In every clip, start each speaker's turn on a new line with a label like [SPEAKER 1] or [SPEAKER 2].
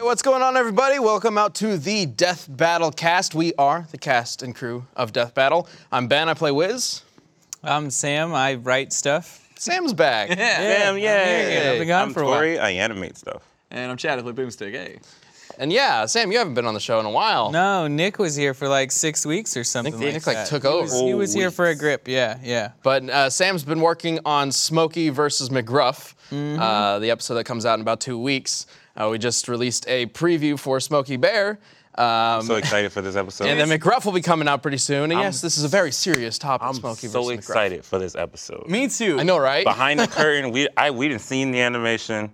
[SPEAKER 1] what's going on, everybody? Welcome out to the Death Battle cast. We are the cast and crew of Death Battle. I'm Ben, I play Wiz.
[SPEAKER 2] I'm Sam. I write stuff.
[SPEAKER 1] Sam's back.
[SPEAKER 3] Damn,
[SPEAKER 2] I've
[SPEAKER 3] yeah.
[SPEAKER 2] been gone
[SPEAKER 3] I'm
[SPEAKER 2] for a
[SPEAKER 3] Tori. I animate stuff.
[SPEAKER 4] And I'm Chad. I play Boomstick. Hey.
[SPEAKER 1] And yeah, Sam, you haven't been on the show in a while.
[SPEAKER 2] No, Nick was here for like six weeks or something.
[SPEAKER 1] Nick
[SPEAKER 2] like,
[SPEAKER 1] like
[SPEAKER 2] that.
[SPEAKER 1] took
[SPEAKER 2] He was-
[SPEAKER 1] over.
[SPEAKER 2] he was here for a grip. Yeah, yeah.
[SPEAKER 1] But uh, Sam's been working on Smokey versus McGruff,
[SPEAKER 3] Mm-hmm.
[SPEAKER 1] uh, the episode that comes out in about two weeks. Uh, we just released a preview for Smokey Bear. Um,
[SPEAKER 3] So excited for this episode.
[SPEAKER 1] and then McGruff will be coming out pretty soon. And yes, this is a very serious topic,
[SPEAKER 3] I'm
[SPEAKER 1] Smokey
[SPEAKER 3] so
[SPEAKER 1] versus McGruff.
[SPEAKER 3] excited for this episode.
[SPEAKER 4] Me too.
[SPEAKER 1] I know, right?
[SPEAKER 3] Behind the curtain, we I we didn't seen the animation.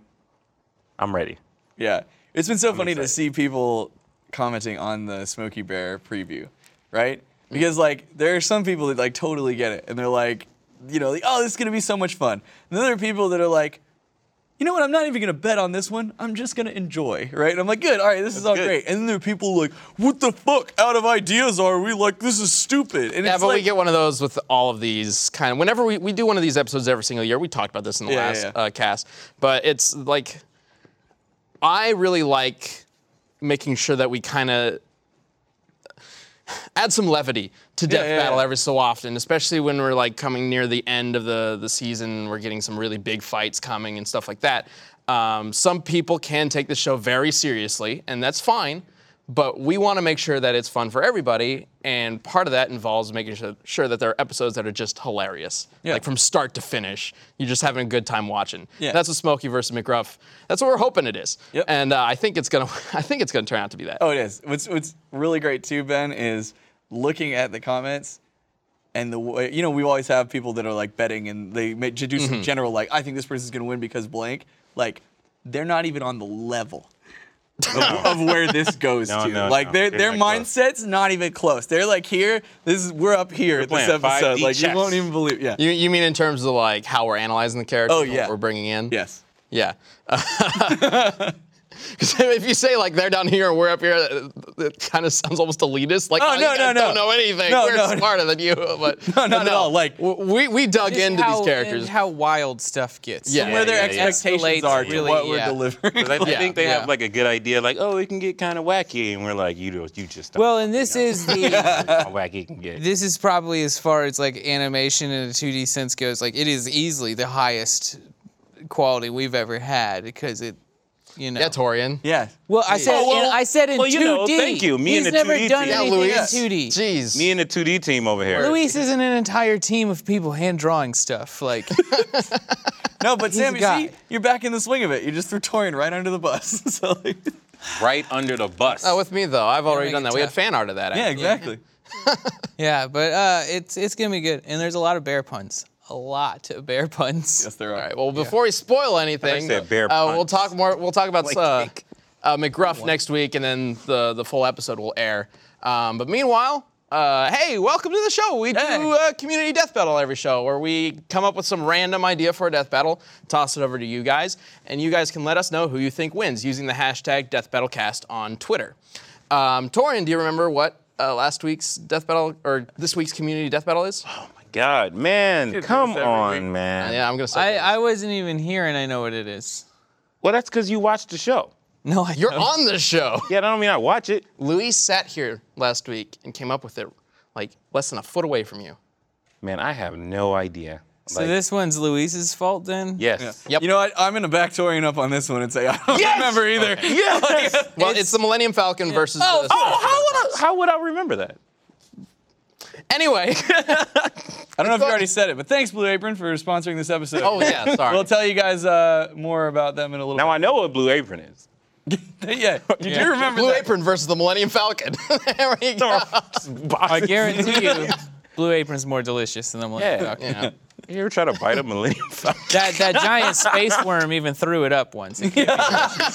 [SPEAKER 3] I'm ready.
[SPEAKER 4] Yeah. It's been so funny to see
[SPEAKER 3] excited.
[SPEAKER 4] people commenting on the Smokey Bear preview, right?
[SPEAKER 1] Mm-hmm.
[SPEAKER 4] Because like there are some people that like totally get it and they're like, you know, like, oh, this is gonna be so much fun. And then there are people that are like, you know what, I'm not even gonna bet on this one. I'm just gonna enjoy, right? And I'm like, good, all right, this is all
[SPEAKER 3] good.
[SPEAKER 4] great. And then there are people like, what the fuck out of ideas are we? Like, this is stupid. And
[SPEAKER 1] Yeah,
[SPEAKER 4] it's
[SPEAKER 1] but we
[SPEAKER 4] like,
[SPEAKER 1] get one of those with all of these kind of. Whenever we, we do one of these episodes every single year, we talked about this in the
[SPEAKER 4] Yeah,
[SPEAKER 1] last
[SPEAKER 4] yeah, yeah.
[SPEAKER 1] Uh, cast, but it's like I really like making sure that we kind of add some levity to Death
[SPEAKER 4] yeah,
[SPEAKER 1] Battle
[SPEAKER 4] yeah.
[SPEAKER 1] every so often, especially when we're like coming near the end of the the season. We're getting some really big fights coming and stuff like that. Um, some people can take the show very seriously, and that's fine. But we want to make sure that it's fun for everybody, and part of that involves making sure, sure that there are episodes that are just hilarious,
[SPEAKER 4] Yeah.
[SPEAKER 1] like from start to finish. You're just having a good time watching.
[SPEAKER 4] Yeah.
[SPEAKER 1] That's what Smokey versus McGruff. That's what we're hoping it is,
[SPEAKER 4] Yep.
[SPEAKER 1] and uh, I think it's gonna. I think it's gonna turn out to be that.
[SPEAKER 4] Oh, it is. What's what's really great too, Ben, is looking at the comments and the way you know we always have people that are like betting and they make, to do
[SPEAKER 3] Mm-hmm.
[SPEAKER 4] some general like I think this person's gonna win because blank. Like they're not even on the level. of, of where this goes
[SPEAKER 3] No,
[SPEAKER 4] to,
[SPEAKER 3] no,
[SPEAKER 4] like
[SPEAKER 3] no.
[SPEAKER 4] their
[SPEAKER 3] They're uh,
[SPEAKER 4] their
[SPEAKER 3] not close.
[SPEAKER 4] mindset's not even close. They're like here, this is we're up here at this
[SPEAKER 3] playing 5D
[SPEAKER 4] episode. Like
[SPEAKER 3] chess.
[SPEAKER 4] you won't even believe, yeah,
[SPEAKER 1] You, you mean in terms of like how we're analyzing the character?
[SPEAKER 4] Oh,
[SPEAKER 1] and
[SPEAKER 4] yeah.
[SPEAKER 1] What we're bringing in?
[SPEAKER 4] yes,
[SPEAKER 1] Yeah. Because if you say like they're down here and we're up here, it, kind of sounds almost elitist. Like,
[SPEAKER 4] Oh,
[SPEAKER 1] you
[SPEAKER 4] no,
[SPEAKER 1] guys
[SPEAKER 4] no, no.
[SPEAKER 1] don't know anything.
[SPEAKER 4] No,
[SPEAKER 1] we're
[SPEAKER 4] no, no.
[SPEAKER 1] smarter than you. But
[SPEAKER 4] No,
[SPEAKER 1] but
[SPEAKER 4] not at all. Like-
[SPEAKER 1] w- we we dug
[SPEAKER 2] Just
[SPEAKER 1] into
[SPEAKER 2] how-
[SPEAKER 1] these characters.
[SPEAKER 2] and how wild stuff gets.
[SPEAKER 1] Yeah.
[SPEAKER 4] where their
[SPEAKER 3] yeah, yeah.
[SPEAKER 4] expectations
[SPEAKER 2] Escalates
[SPEAKER 4] are
[SPEAKER 2] really,
[SPEAKER 4] to what we're
[SPEAKER 2] yeah.
[SPEAKER 4] delivering.
[SPEAKER 3] 'Cause I, I
[SPEAKER 1] Yeah,
[SPEAKER 3] think they
[SPEAKER 1] yeah.
[SPEAKER 3] have like a good idea, like, oh, it can get kind of wacky, and we're like, you do, you just don't
[SPEAKER 2] Well, and this is the
[SPEAKER 3] know how wacky it can get.
[SPEAKER 2] this is probably as far as like animation in a 2D sense goes. Like it is easily the highest quality we've ever had because it, you know.
[SPEAKER 1] yeah, Torian.
[SPEAKER 4] yeah,
[SPEAKER 2] Well, I said
[SPEAKER 3] Oh, well-
[SPEAKER 2] in, I said in
[SPEAKER 3] well,
[SPEAKER 2] 2D.
[SPEAKER 3] you know, thank you. Me
[SPEAKER 2] He's
[SPEAKER 3] and the
[SPEAKER 2] never
[SPEAKER 3] 2D
[SPEAKER 2] done
[SPEAKER 3] team. Yeah,
[SPEAKER 2] anything
[SPEAKER 1] Luis.
[SPEAKER 2] in 2D.
[SPEAKER 1] Jeez.
[SPEAKER 3] Me and the 2D team over here.
[SPEAKER 2] Luis isn't an entire team of people hand drawing stuff. Like
[SPEAKER 4] no, but
[SPEAKER 2] He's
[SPEAKER 4] Sam,
[SPEAKER 2] a
[SPEAKER 4] you
[SPEAKER 2] guy.
[SPEAKER 4] see, you're back in the swing of it. You just threw Torian right under the bus. so like,
[SPEAKER 3] Right under the bus.
[SPEAKER 2] Oh,
[SPEAKER 1] Not with me though. I've already
[SPEAKER 2] make
[SPEAKER 1] done
[SPEAKER 2] it
[SPEAKER 1] that. We had
[SPEAKER 2] tough.
[SPEAKER 1] fan art of that.
[SPEAKER 4] yeah,
[SPEAKER 1] actually.
[SPEAKER 4] exactly.
[SPEAKER 2] Yeah, but uh, it's it's gonna be good, and there's a lot of bear puns, a lot of bear puns.
[SPEAKER 4] Yes, there are.
[SPEAKER 1] All right. Well, before we spoil anything,
[SPEAKER 3] said bear
[SPEAKER 1] uh, we'll
[SPEAKER 3] puns.
[SPEAKER 1] talk more. We'll talk about
[SPEAKER 3] Like,
[SPEAKER 1] uh,
[SPEAKER 3] like-
[SPEAKER 1] uh, McGruff next week, and then the the full episode will air. Um, but meanwhile. Uh, hey, welcome to the show. We do
[SPEAKER 4] Hey.
[SPEAKER 1] uh, community death battle every show, where we come up with some random idea for a death battle, toss it over to you guys, and you guys can let us know who you think wins using the hashtag DeathBattleCast on Twitter. Um, Torian, do you remember what uh, last week's death battle or this week's community death battle is?
[SPEAKER 3] God, man, come
[SPEAKER 4] every
[SPEAKER 3] on,
[SPEAKER 4] week.
[SPEAKER 3] man.
[SPEAKER 1] Yeah, I'm gonna say.
[SPEAKER 2] I, I wasn't even here, and I know what it is.
[SPEAKER 3] Well, that's because you watched the show.
[SPEAKER 2] No, I
[SPEAKER 1] You're
[SPEAKER 2] don't.
[SPEAKER 1] on the show.
[SPEAKER 3] Yeah, that don't mean I watch it.
[SPEAKER 1] Luis sat here last week and came up with it like less than a foot away from you.
[SPEAKER 3] Man, I have no idea.
[SPEAKER 2] So
[SPEAKER 3] Like,
[SPEAKER 2] this one's Luis's fault then.
[SPEAKER 3] Yes.
[SPEAKER 1] Yep.
[SPEAKER 4] You know what? I'm gonna back Torian up on this one and say I don't
[SPEAKER 3] Yes!
[SPEAKER 4] remember either.
[SPEAKER 2] Oh,
[SPEAKER 3] Yes.
[SPEAKER 1] Well, it's, the Millennium Falcon versus. the
[SPEAKER 3] oh, how would I, how would I remember that?
[SPEAKER 1] Anyway.
[SPEAKER 4] I don't know if you already said it, but thanks Blue Apron for sponsoring this episode.
[SPEAKER 1] oh yeah, sorry.
[SPEAKER 4] We'll tell you guys uh, more about them in a little.
[SPEAKER 3] Now I know what Blue Apron is.
[SPEAKER 4] bit. yeah, you
[SPEAKER 2] Yeah.
[SPEAKER 4] do remember
[SPEAKER 1] Blue
[SPEAKER 4] that.
[SPEAKER 1] Apron versus the Millennium Falcon. there we go.
[SPEAKER 2] I guarantee you, Blue Apron's more delicious than the one.
[SPEAKER 3] Yeah.
[SPEAKER 1] Yeah.
[SPEAKER 3] You ever try to bite a millennium falcon?
[SPEAKER 2] That that giant space worm even threw it up once. It can't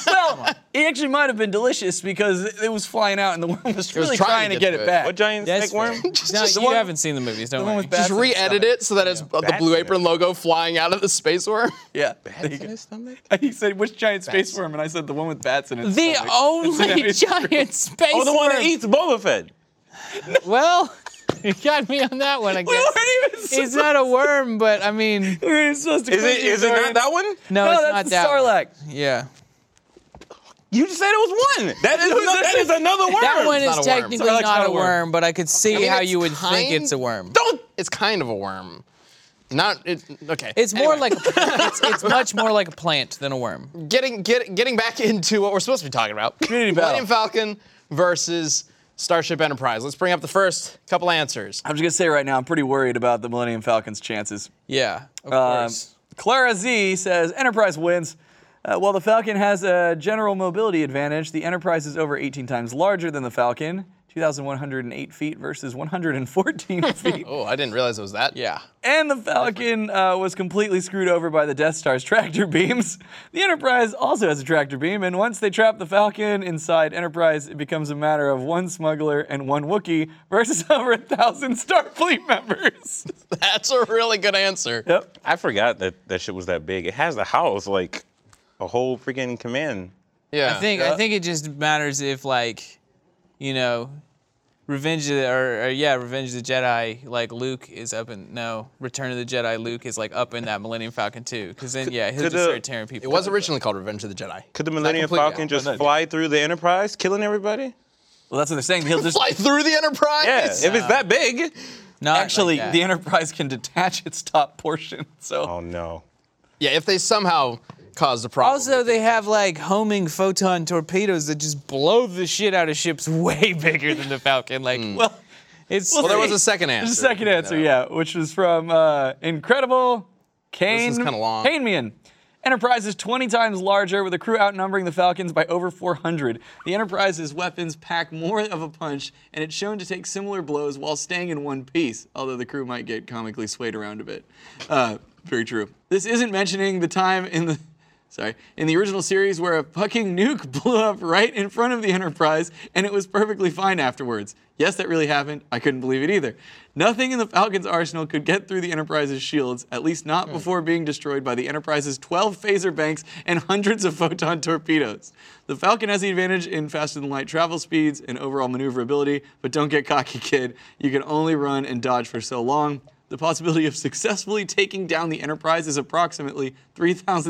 [SPEAKER 4] Well, it actually might have been delicious because it- it was flying out and the worm was really
[SPEAKER 1] trying
[SPEAKER 4] trying,
[SPEAKER 1] to
[SPEAKER 4] to
[SPEAKER 1] get
[SPEAKER 4] get,
[SPEAKER 1] to
[SPEAKER 4] it
[SPEAKER 1] it.
[SPEAKER 4] back.
[SPEAKER 3] What Oh, giant
[SPEAKER 2] be-
[SPEAKER 3] snake worm?
[SPEAKER 2] No, you
[SPEAKER 4] one-
[SPEAKER 2] haven't seen the movies, don't
[SPEAKER 4] the one
[SPEAKER 2] worry.
[SPEAKER 4] with
[SPEAKER 1] Just
[SPEAKER 4] bats in the
[SPEAKER 1] re-edit
[SPEAKER 4] stomach.
[SPEAKER 1] it so that it's the
[SPEAKER 3] Bats in
[SPEAKER 1] Blue
[SPEAKER 3] it.
[SPEAKER 1] Apron logo flying out of the space worm.
[SPEAKER 4] Yeah. There you go. He said, "Which giant space worm?" And I said, "The one with bats in it."
[SPEAKER 2] the only giant space
[SPEAKER 3] Oh, the one that
[SPEAKER 2] worm.
[SPEAKER 3] eats Boba Fett.
[SPEAKER 2] Well, you got me on that one. I guess.
[SPEAKER 4] We weren't even.
[SPEAKER 2] He's not a worm, but I mean,
[SPEAKER 4] we weren't supposed to.
[SPEAKER 3] Is it? Is it not that one?
[SPEAKER 2] no,
[SPEAKER 4] No,
[SPEAKER 2] it's
[SPEAKER 4] that's
[SPEAKER 2] not
[SPEAKER 4] the
[SPEAKER 2] that. one.
[SPEAKER 4] Sarlacc.
[SPEAKER 2] Yeah.
[SPEAKER 3] You just said it was one. That is, that is another word.
[SPEAKER 2] That one
[SPEAKER 1] It's not
[SPEAKER 2] is
[SPEAKER 1] a worm.
[SPEAKER 2] technically
[SPEAKER 1] Sorry,
[SPEAKER 2] not,
[SPEAKER 4] it's not
[SPEAKER 2] a
[SPEAKER 4] a worm.
[SPEAKER 2] worm, but I could see
[SPEAKER 1] I mean,
[SPEAKER 2] how
[SPEAKER 1] it's
[SPEAKER 2] you would think
[SPEAKER 1] kind-
[SPEAKER 2] it's a worm.
[SPEAKER 1] Don't. It's kind of a worm. Not. It, okay.
[SPEAKER 2] It's more
[SPEAKER 1] Anyway.
[SPEAKER 2] like it's, it's much more like a plant than a worm.
[SPEAKER 1] getting get, getting back into what we're supposed to be talking about.
[SPEAKER 4] Community battle.
[SPEAKER 1] Millennium Falcon versus Starship Enterprise. Let's bring up the first couple answers.
[SPEAKER 4] I'm just gonna say right now, I'm pretty worried about the Millennium Falcon's chances. Um,
[SPEAKER 2] Yeah, of
[SPEAKER 1] Um,
[SPEAKER 2] course.
[SPEAKER 4] Clara Z says Enterprise wins. Uh, while the Falcon has a general mobility advantage, the Enterprise is over 18 times larger than the Falcon, 2,108 feet versus 114 feet.
[SPEAKER 1] Oh, I didn't realize it was that.
[SPEAKER 2] Yeah.
[SPEAKER 4] And the Falcon uh, was completely screwed over by the Death Star's tractor beams. The Enterprise also has a tractor beam, and once they trap the Falcon inside Enterprise, it becomes a matter of one smuggler and one Wookiee versus over a thousand Starfleet members.
[SPEAKER 1] That's a really good answer.
[SPEAKER 4] Yep.
[SPEAKER 3] I forgot that that shit was that big. It has the house like a whole freaking command.
[SPEAKER 1] Yeah.
[SPEAKER 2] I think I think it just matters if like, you know, Revenge of the, or, or yeah, Revenge of the Jedi like Luke is up in no Return of the Jedi Luke is like up in that Millennium Falcon too because then yeah he'll
[SPEAKER 3] could
[SPEAKER 2] just
[SPEAKER 3] the-
[SPEAKER 2] start tearing people.
[SPEAKER 1] it was
[SPEAKER 2] up.
[SPEAKER 1] originally called Revenge of the Jedi.
[SPEAKER 3] Could the Millennium
[SPEAKER 1] completely
[SPEAKER 3] Falcon
[SPEAKER 1] out,
[SPEAKER 3] just
[SPEAKER 1] but-
[SPEAKER 3] fly through the Enterprise, killing everybody?
[SPEAKER 4] Well, that's what they're saying. He'll just
[SPEAKER 1] Fly through the Enterprise.
[SPEAKER 3] Yeah, if it's that big.
[SPEAKER 2] Not like
[SPEAKER 4] actually
[SPEAKER 2] that.
[SPEAKER 4] the Enterprise can detach its top portion. So
[SPEAKER 3] Oh no.
[SPEAKER 1] Yeah, if they somehow caused a problem.
[SPEAKER 2] Also, they have like homing photon torpedoes that just blow the shit out of ships way bigger than the Falcon. Like,
[SPEAKER 4] well,
[SPEAKER 2] it's
[SPEAKER 4] Well,
[SPEAKER 1] well, there was a
[SPEAKER 4] There's
[SPEAKER 1] second answer.
[SPEAKER 4] there's a second answer, yeah, which was from uh, Incredible Kane
[SPEAKER 1] is kinda long.
[SPEAKER 4] Kaneman. Enterprise is 20 times larger, with a crew outnumbering the Falcons by over 400. The Enterprise's weapons pack more of a punch, and it's shown to take similar blows while staying in one piece, although the crew might get comically swayed around a bit. Uh, very true. This isn't mentioning the time in the sorry in the original series where a fucking nuke blew up right in front of the Enterprise, and it was perfectly fine afterwards. Yes, that really happened. I couldn't believe it either. Nothing in the Falcon's arsenal could get through the Enterprise's shields, at least not before being destroyed by the Enterprise's 12 phaser banks and hundreds of photon torpedoes. The Falcon has the advantage in faster than light travel speeds and overall maneuverability, but don't get cocky, kid. You can only run and dodge for so long. The possibility of successfully taking down the Enterprise is approximately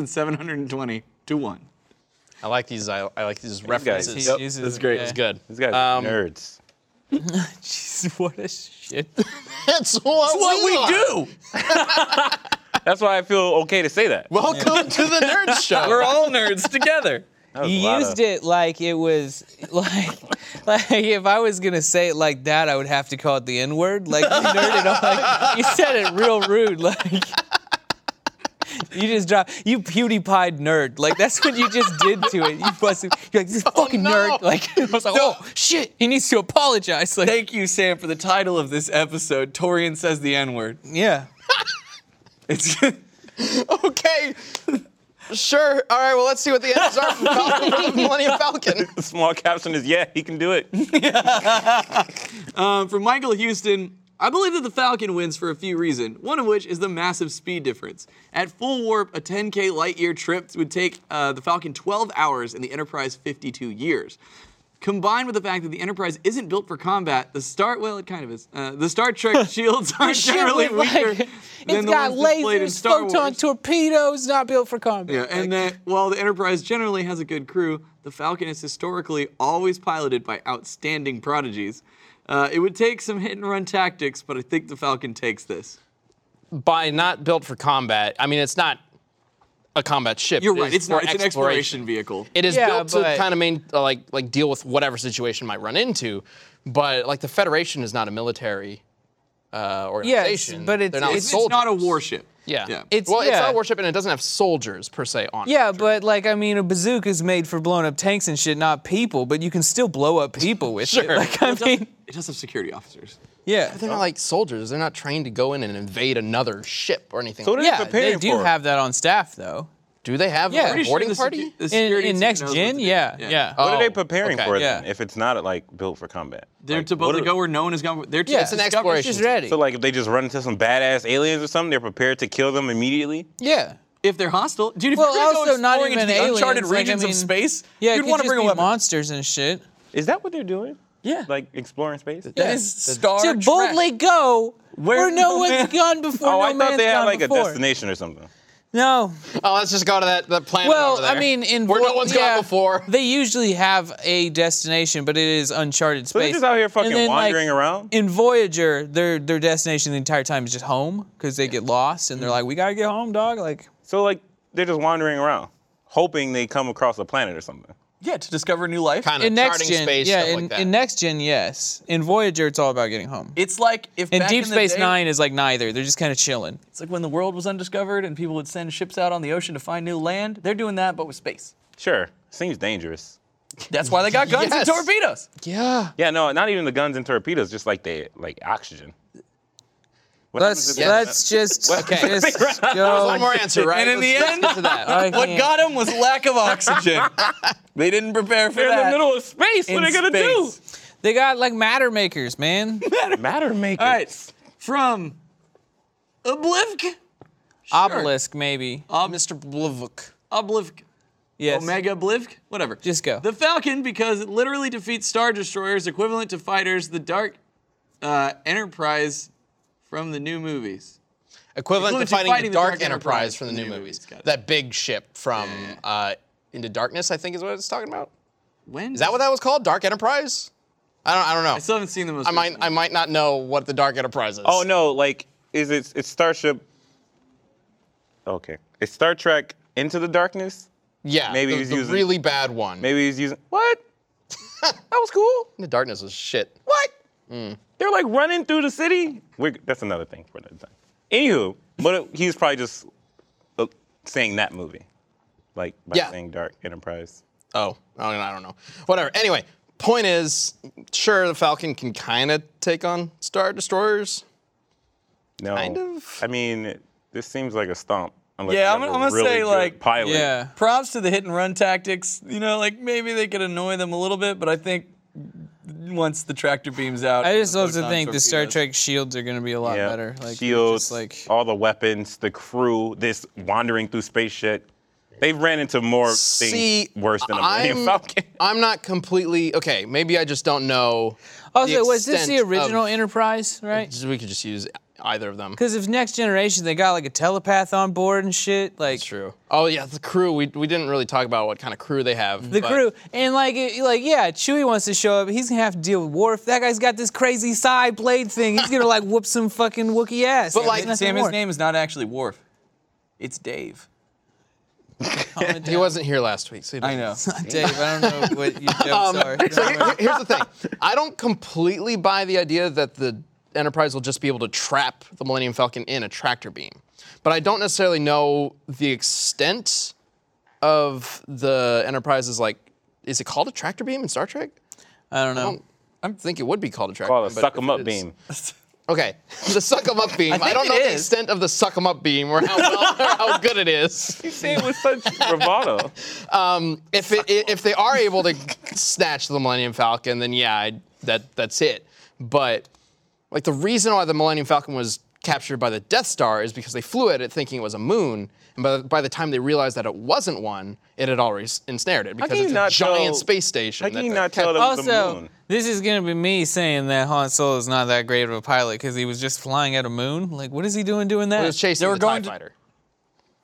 [SPEAKER 4] 3,720 to 1.
[SPEAKER 1] I like these. I, I like these
[SPEAKER 3] guys-
[SPEAKER 1] references.
[SPEAKER 3] Yep.
[SPEAKER 2] Jesus,
[SPEAKER 4] that's great.
[SPEAKER 2] yeah.
[SPEAKER 4] That's
[SPEAKER 1] It's good.
[SPEAKER 3] These guys
[SPEAKER 1] Um,
[SPEAKER 3] are nerds.
[SPEAKER 2] Jeez, what a shit.
[SPEAKER 1] That's what, are.
[SPEAKER 4] do!
[SPEAKER 3] That's why I feel okay to say that.
[SPEAKER 1] Welcome to the Nerd Show.
[SPEAKER 4] We're all nerds together.
[SPEAKER 3] That was a
[SPEAKER 2] You
[SPEAKER 3] lot
[SPEAKER 2] used
[SPEAKER 3] of-
[SPEAKER 2] it like it was like like if I was gonna say it like that, I would have to call it the N word. Like you nerded on. Like you said it real rude. Like you just dropped you PewDiePie nerd. Like that's what you just did to it. You busted. You're like this
[SPEAKER 4] Oh,
[SPEAKER 2] fucking
[SPEAKER 1] no.
[SPEAKER 2] nerd. Like I was like, oh shit, he needs to apologize. Like
[SPEAKER 4] Thank you, Sam, for the title of this episode Torian Says the N Word.
[SPEAKER 2] yeah.
[SPEAKER 4] It's.
[SPEAKER 1] okay. Sure. All right. Well, let's see what the answers are from Falcon versus Millennium Falcon.
[SPEAKER 3] The small caption is yeah, he can do it.
[SPEAKER 4] Um, from Michael Houston, I believe that the Falcon wins for a few reasons, one of which is the massive speed difference. At full warp, a 10K light year trip would take uh, the Falcon 12 hours and the Enterprise 52 years. Combined with the fact that the Enterprise isn't built for combat, the Star well, it kind of is. Uh, the Star Trek shields are
[SPEAKER 2] Shit
[SPEAKER 4] generally
[SPEAKER 2] was like-
[SPEAKER 4] weaker
[SPEAKER 2] it's
[SPEAKER 4] than the
[SPEAKER 2] got
[SPEAKER 4] ones displayed in
[SPEAKER 2] lasers,
[SPEAKER 4] Star
[SPEAKER 2] photon
[SPEAKER 4] Wars.
[SPEAKER 2] torpedoes, not built for combat.
[SPEAKER 4] Yeah, and that while the Enterprise generally has a good crew, the Falcon is historically always piloted by outstanding prodigies. Uh, it would take some hit and run tactics, but I think the Falcon takes this.
[SPEAKER 1] By not built for combat, I mean it's not a combat ship.
[SPEAKER 4] You're
[SPEAKER 1] It
[SPEAKER 4] right.
[SPEAKER 1] is
[SPEAKER 4] It's not.
[SPEAKER 1] for
[SPEAKER 4] It's an exploration vehicle.
[SPEAKER 1] It is
[SPEAKER 2] Yeah,
[SPEAKER 1] built to
[SPEAKER 2] but-
[SPEAKER 1] kind of main uh, like like deal with whatever situation might run into, but like the Federation is not a military uh, organization.
[SPEAKER 2] but it's-
[SPEAKER 1] They're not
[SPEAKER 2] it's-
[SPEAKER 1] like
[SPEAKER 4] It's,
[SPEAKER 2] soldiers.
[SPEAKER 4] not a warship.
[SPEAKER 1] Yeah.
[SPEAKER 4] Yeah.
[SPEAKER 2] It's-
[SPEAKER 1] well, it's
[SPEAKER 2] yeah.
[SPEAKER 1] not a warship and it doesn't have soldiers per se on it.
[SPEAKER 2] Yeah, but like I mean, a bazooka is made for blowing up tanks and shit, not people. But you can still blow up people with it.
[SPEAKER 1] Sure.
[SPEAKER 2] Like I mean,
[SPEAKER 4] it does have security officers.
[SPEAKER 2] yeah,
[SPEAKER 1] They're not like soldiers. They're not trained to go in and invade another ship or anything.
[SPEAKER 3] So
[SPEAKER 1] like
[SPEAKER 3] what are
[SPEAKER 2] yeah,
[SPEAKER 3] they
[SPEAKER 2] they
[SPEAKER 3] preparing
[SPEAKER 2] do
[SPEAKER 3] for?
[SPEAKER 2] have that on staff though.
[SPEAKER 1] Do they have
[SPEAKER 2] Yeah.
[SPEAKER 1] a
[SPEAKER 2] Pretty sure
[SPEAKER 1] boarding
[SPEAKER 4] the secu-
[SPEAKER 1] party?
[SPEAKER 4] the
[SPEAKER 2] In,
[SPEAKER 4] security
[SPEAKER 2] in
[SPEAKER 4] team
[SPEAKER 2] next
[SPEAKER 4] knows what
[SPEAKER 2] gen,
[SPEAKER 4] to do. Uh,
[SPEAKER 2] yeah, yeah.
[SPEAKER 3] what are
[SPEAKER 1] Oh,
[SPEAKER 3] they preparing
[SPEAKER 1] okay.
[SPEAKER 3] for
[SPEAKER 2] Yeah.
[SPEAKER 3] then? If it's not like built for combat,
[SPEAKER 4] They're
[SPEAKER 3] Like,
[SPEAKER 4] to
[SPEAKER 3] what
[SPEAKER 4] about to
[SPEAKER 3] are-
[SPEAKER 4] go where no one has gone. They're to
[SPEAKER 2] Yeah,
[SPEAKER 1] It's an
[SPEAKER 4] discover-
[SPEAKER 1] exploration.
[SPEAKER 2] She's ready.
[SPEAKER 3] So like, if they just run into some badass aliens or something, they're prepared to kill them immediately.
[SPEAKER 2] yeah.
[SPEAKER 4] If they're hostile, dude. If
[SPEAKER 2] Well,
[SPEAKER 4] you're gonna
[SPEAKER 2] also
[SPEAKER 4] go
[SPEAKER 2] not
[SPEAKER 4] exploring
[SPEAKER 2] even
[SPEAKER 4] into the
[SPEAKER 2] aliens,
[SPEAKER 4] uncharted
[SPEAKER 2] like, I
[SPEAKER 4] regions
[SPEAKER 2] mean-
[SPEAKER 4] of space,
[SPEAKER 2] Yeah,
[SPEAKER 4] you'd
[SPEAKER 2] it could
[SPEAKER 4] want to
[SPEAKER 2] just
[SPEAKER 4] bring a
[SPEAKER 2] be
[SPEAKER 4] weapon.
[SPEAKER 2] monsters and shit.
[SPEAKER 3] Is that what they're doing?
[SPEAKER 4] Yeah.
[SPEAKER 3] Like exploring space.
[SPEAKER 4] That
[SPEAKER 2] Yeah.
[SPEAKER 4] is Star
[SPEAKER 2] to
[SPEAKER 4] Trek.
[SPEAKER 2] boldly go where,
[SPEAKER 4] Where
[SPEAKER 2] no
[SPEAKER 4] no
[SPEAKER 2] one's
[SPEAKER 4] man-
[SPEAKER 2] gone before.
[SPEAKER 3] Oh,
[SPEAKER 2] no
[SPEAKER 3] I
[SPEAKER 2] man's
[SPEAKER 3] thought they had
[SPEAKER 2] gone
[SPEAKER 3] like
[SPEAKER 2] before.
[SPEAKER 3] a destination or something.
[SPEAKER 2] No.
[SPEAKER 1] Oh, let's just go to that, that planet
[SPEAKER 2] Well,
[SPEAKER 1] over there.
[SPEAKER 2] I mean, in
[SPEAKER 1] where
[SPEAKER 2] Vo-
[SPEAKER 1] no one's
[SPEAKER 2] yeah,
[SPEAKER 1] gone before.
[SPEAKER 2] they usually have a destination, but it is uncharted
[SPEAKER 3] they're
[SPEAKER 2] space.
[SPEAKER 3] just out here
[SPEAKER 2] And
[SPEAKER 3] fucking
[SPEAKER 2] like,
[SPEAKER 3] wandering around?
[SPEAKER 2] In Voyager, their their destination the entire time is just home because they get lost
[SPEAKER 1] Mm-hmm.
[SPEAKER 2] and they're like, "We gotta get home, dog." Like,
[SPEAKER 3] So like they're just wandering around, hoping they come across a planet or something.
[SPEAKER 4] Yeah, to discover new life.
[SPEAKER 1] Kind of
[SPEAKER 2] in next
[SPEAKER 1] charting
[SPEAKER 2] gen,
[SPEAKER 1] space,
[SPEAKER 2] yeah.
[SPEAKER 1] stuff
[SPEAKER 2] In,
[SPEAKER 1] like that.
[SPEAKER 2] in next gen, yes. In Voyager, it's all about getting home.
[SPEAKER 4] It's like if
[SPEAKER 2] and
[SPEAKER 4] back
[SPEAKER 2] Deep
[SPEAKER 4] in the
[SPEAKER 2] Space
[SPEAKER 4] day-
[SPEAKER 2] Nine is like neither. They're just kind of chilling.
[SPEAKER 4] It's like when the world was undiscovered and people would send ships out on the ocean to find new land. They're doing that, but with space.
[SPEAKER 3] Sure, seems dangerous.
[SPEAKER 4] That's why they got guns
[SPEAKER 1] Yes.
[SPEAKER 4] and torpedoes.
[SPEAKER 1] yeah.
[SPEAKER 3] Yeah, no, not even the guns and torpedoes, just like the like oxygen. What happens
[SPEAKER 2] Let's
[SPEAKER 3] if they-
[SPEAKER 2] let's just
[SPEAKER 1] Okay.
[SPEAKER 2] just go.
[SPEAKER 1] One more answer, right?
[SPEAKER 4] And in the
[SPEAKER 1] Let's- let's
[SPEAKER 4] end-
[SPEAKER 1] get to that.
[SPEAKER 2] I
[SPEAKER 4] What
[SPEAKER 2] can't.
[SPEAKER 4] got them was lack of oxygen. they didn't prepare for
[SPEAKER 3] They're in
[SPEAKER 4] that.
[SPEAKER 3] the middle of space. What are they gonna
[SPEAKER 2] They got like matter makers, man.
[SPEAKER 3] do? Matter maker.
[SPEAKER 4] All right, from Oblivk,
[SPEAKER 2] Obelisk, maybe.
[SPEAKER 4] Oh,
[SPEAKER 1] Mr. Blavuk.
[SPEAKER 4] Oblivk,
[SPEAKER 2] Yes.
[SPEAKER 4] Omega Oblivk, whatever.
[SPEAKER 2] Just go.
[SPEAKER 4] The Falcon, because it literally defeats Star Destroyers equivalent to fighters, the Dark uh, Enterprise from the new movies.
[SPEAKER 1] Equivalent,
[SPEAKER 4] Equivalent
[SPEAKER 1] to fighting, the Dark,
[SPEAKER 4] Enterprise
[SPEAKER 1] Enterprise from the new movies.
[SPEAKER 4] Got it.
[SPEAKER 1] That big ship from uh, Into Darkness, I think, is what it's talking about.
[SPEAKER 4] When
[SPEAKER 1] Is that what that was called? Dark Enterprise? I don't. I don't know.
[SPEAKER 4] I still haven't seen the most.
[SPEAKER 1] I might.
[SPEAKER 4] recent
[SPEAKER 1] I might not know what the Dark Enterprise is.
[SPEAKER 3] Oh no, like is it it's Starship? Okay, it's Star Trek Into the Darkness.
[SPEAKER 1] Yeah.
[SPEAKER 3] Maybe
[SPEAKER 1] the,
[SPEAKER 3] he's
[SPEAKER 1] the
[SPEAKER 3] using-
[SPEAKER 1] really bad one.
[SPEAKER 3] Maybe he's using what? that was cool.
[SPEAKER 1] Into Darkness was shit.
[SPEAKER 3] What? They're like running through the city. We're, that's another thing for another time. Anywho, but it- he was probably just uh, saying that movie, like by
[SPEAKER 1] Yeah.
[SPEAKER 3] saying Dark Enterprise.
[SPEAKER 1] Oh, I don't, I don't know. Whatever. Anyway, point is, sure, the Falcon can kind of take on Star Destroyers.
[SPEAKER 3] No,
[SPEAKER 1] Kind of.
[SPEAKER 3] I mean, this seems like a stomp. unless
[SPEAKER 4] Yeah,
[SPEAKER 3] you
[SPEAKER 4] I'm
[SPEAKER 3] have a
[SPEAKER 4] gonna- I'm gonna
[SPEAKER 3] really
[SPEAKER 4] say,
[SPEAKER 3] good
[SPEAKER 4] like,
[SPEAKER 3] pilot.
[SPEAKER 2] yeah.
[SPEAKER 4] props to the hit and run tactics. You know, like maybe they could annoy them a little bit, but I think once the tractor beams out,
[SPEAKER 2] I
[SPEAKER 4] and
[SPEAKER 2] just
[SPEAKER 4] the
[SPEAKER 2] also
[SPEAKER 4] photon
[SPEAKER 2] think the Star
[SPEAKER 4] torpedoes-
[SPEAKER 2] Trek shields are gonna be a lot
[SPEAKER 3] Yeah.
[SPEAKER 2] better. Like just
[SPEAKER 3] Shields,
[SPEAKER 2] like
[SPEAKER 3] all the weapons, the crew, this wandering through space shit. They ran into more
[SPEAKER 1] See,
[SPEAKER 3] things worse than a
[SPEAKER 1] I'm,
[SPEAKER 3] Millennium Falcon.
[SPEAKER 1] I'm not completely okay. Maybe I just don't know.
[SPEAKER 2] also Oh, was this the
[SPEAKER 1] extent of-
[SPEAKER 2] original Enterprise, right?
[SPEAKER 1] We could just use either of them.
[SPEAKER 2] Because if Next Generation they got like a telepath on board and shit, like
[SPEAKER 1] True. Oh yeah, the crew. We, we didn't really talk about what kind of crew they have.
[SPEAKER 2] the
[SPEAKER 1] but-
[SPEAKER 2] crew and like it, like yeah, Chewie wants to show up. He's gonna have to deal with Worf. That guy's got this crazy side blade thing. He's gonna like whoop some fucking Wookiee ass.
[SPEAKER 1] But, like,
[SPEAKER 2] There's nothing
[SPEAKER 4] Sam, his
[SPEAKER 2] more.
[SPEAKER 4] name is not actually Worf. It's Dave.
[SPEAKER 1] He wasn't here last week, so he
[SPEAKER 4] I
[SPEAKER 1] doesn't-
[SPEAKER 4] know.
[SPEAKER 2] Dave. I don't know what your jokes are.
[SPEAKER 1] So here- here- here's the thing. I don't completely buy the idea that the Enterprise will just be able to trap the Millennium Falcon in a tractor beam, but I don't necessarily know the extent of the Enterprise's like. Is it called a tractor beam in Star Trek?
[SPEAKER 2] I don't know.
[SPEAKER 1] I don't think it would be called a tractor.
[SPEAKER 3] Call a
[SPEAKER 1] beam, but
[SPEAKER 3] suck
[SPEAKER 1] if
[SPEAKER 3] 'em
[SPEAKER 1] it
[SPEAKER 3] up
[SPEAKER 1] is-
[SPEAKER 3] beam.
[SPEAKER 1] Okay, the suck 'em up beam. I,
[SPEAKER 4] think
[SPEAKER 1] don't
[SPEAKER 4] it
[SPEAKER 1] know the
[SPEAKER 4] is.
[SPEAKER 1] extent of the suck 'em up beam or how well or how good it is.
[SPEAKER 3] You say it with such bravado.
[SPEAKER 1] if it, i- if they are able to snatch the Millennium Falcon, then yeah, i that that's it. But like the reason why the Millennium Falcon was captured by the Death Star is because they flew at it thinking it was a moon, and by the, by the time they realized that it wasn't one, it had already s- ensnared it because
[SPEAKER 3] you
[SPEAKER 1] it's a
[SPEAKER 3] not
[SPEAKER 1] giant
[SPEAKER 3] tell-
[SPEAKER 1] space station.
[SPEAKER 3] how can
[SPEAKER 1] that
[SPEAKER 3] you
[SPEAKER 1] the
[SPEAKER 3] not
[SPEAKER 1] cap-
[SPEAKER 3] tell that it was a
[SPEAKER 2] Also,
[SPEAKER 3] moon?
[SPEAKER 2] this is gonna be me saying that Han Solo is not that great of a pilot because he was just flying at a moon. Like, what is he doing doing that?
[SPEAKER 1] It was chasing
[SPEAKER 4] They were
[SPEAKER 1] the
[SPEAKER 4] going
[SPEAKER 1] Tie
[SPEAKER 4] to-
[SPEAKER 1] Fighter.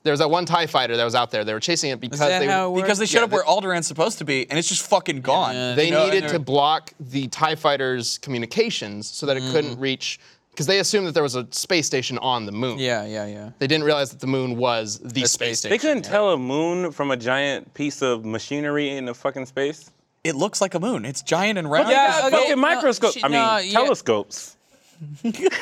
[SPEAKER 1] There was that one Tie Fighter that was out there. They were chasing it because
[SPEAKER 2] that
[SPEAKER 1] they
[SPEAKER 2] how it worked?
[SPEAKER 4] Because they showed
[SPEAKER 1] Yeah,
[SPEAKER 4] up where Alderan's supposed to be, and it's just fucking gone.
[SPEAKER 1] They
[SPEAKER 4] You know, and
[SPEAKER 1] needed
[SPEAKER 4] they're-
[SPEAKER 1] to block the TIE fighters' communications so that it couldn't reach, because they assumed that there was a space station on the moon.
[SPEAKER 2] yeah, yeah, yeah.
[SPEAKER 1] They didn't realize that the moon was the space,
[SPEAKER 3] They
[SPEAKER 1] station.
[SPEAKER 3] couldn't tell a moon from a giant piece of machinery in the fucking space.
[SPEAKER 4] It looks like a moon. It's giant and round.
[SPEAKER 2] Yeah, okay.
[SPEAKER 3] fucking
[SPEAKER 2] no,
[SPEAKER 3] microscope.
[SPEAKER 2] she-
[SPEAKER 3] I mean,
[SPEAKER 2] no, yeah.
[SPEAKER 3] telescopes.
[SPEAKER 2] They,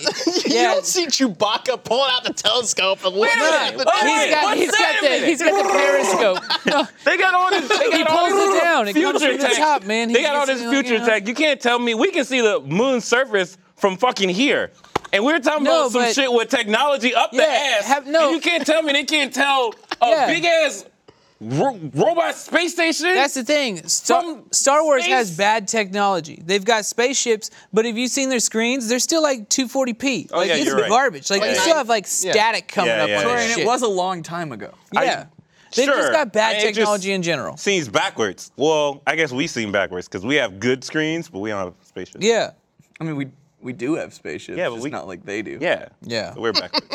[SPEAKER 1] You
[SPEAKER 2] yeah.
[SPEAKER 1] don't see Chewbacca pulling out the telescope and looking at
[SPEAKER 2] Nah,
[SPEAKER 1] the
[SPEAKER 3] wait a
[SPEAKER 2] he's
[SPEAKER 3] minute,
[SPEAKER 2] got,
[SPEAKER 3] what's
[SPEAKER 2] he's
[SPEAKER 3] that
[SPEAKER 2] got
[SPEAKER 3] a
[SPEAKER 2] the
[SPEAKER 3] minute?
[SPEAKER 2] he's got the periscope. No,
[SPEAKER 3] They got on his. They
[SPEAKER 2] he
[SPEAKER 3] got on
[SPEAKER 2] pulls
[SPEAKER 3] his
[SPEAKER 2] it down. It comes
[SPEAKER 3] future
[SPEAKER 2] from the
[SPEAKER 3] tech.
[SPEAKER 2] top, man. He
[SPEAKER 3] They got all
[SPEAKER 2] gets
[SPEAKER 3] this
[SPEAKER 2] it, like,
[SPEAKER 3] future
[SPEAKER 2] you know.
[SPEAKER 3] tech. You can't tell me we can see the moon's surface from fucking here. And we are talking
[SPEAKER 2] No,
[SPEAKER 3] about some
[SPEAKER 2] but-
[SPEAKER 3] shit with technology up the
[SPEAKER 2] Yeah,
[SPEAKER 3] ass.
[SPEAKER 2] have- no.
[SPEAKER 3] And you can't tell me they can't tell a
[SPEAKER 2] Yeah.
[SPEAKER 3] big ass ro- robot space station.
[SPEAKER 2] That's the thing. Star,
[SPEAKER 3] From
[SPEAKER 2] Star Wars
[SPEAKER 3] space-
[SPEAKER 2] has bad technology. They've got spaceships, but have you seen their screens? They're still like 240p. like
[SPEAKER 3] Oh, yeah,
[SPEAKER 2] it's
[SPEAKER 3] you're right.
[SPEAKER 2] garbage. Like
[SPEAKER 1] Oh,
[SPEAKER 2] they
[SPEAKER 1] yeah.
[SPEAKER 2] still have like static coming
[SPEAKER 3] Yeah,
[SPEAKER 2] up
[SPEAKER 3] yeah,
[SPEAKER 2] on
[SPEAKER 3] yeah.
[SPEAKER 2] their
[SPEAKER 3] Sure,
[SPEAKER 4] And
[SPEAKER 2] shit.
[SPEAKER 4] it was a long time ago.
[SPEAKER 2] yeah. They've just
[SPEAKER 3] Sure.
[SPEAKER 2] got bad
[SPEAKER 3] It just-
[SPEAKER 2] technology in general.
[SPEAKER 3] Seems backwards. Well, I guess we seem backwards because we have good screens, but we don't have spaceships.
[SPEAKER 2] Yeah.
[SPEAKER 4] I mean, we we do have spaceships.
[SPEAKER 3] Yeah,
[SPEAKER 4] Yeah,
[SPEAKER 3] but
[SPEAKER 4] but
[SPEAKER 3] we-
[SPEAKER 4] not like they do.
[SPEAKER 3] Yeah.
[SPEAKER 2] Yeah.
[SPEAKER 3] We're backwards.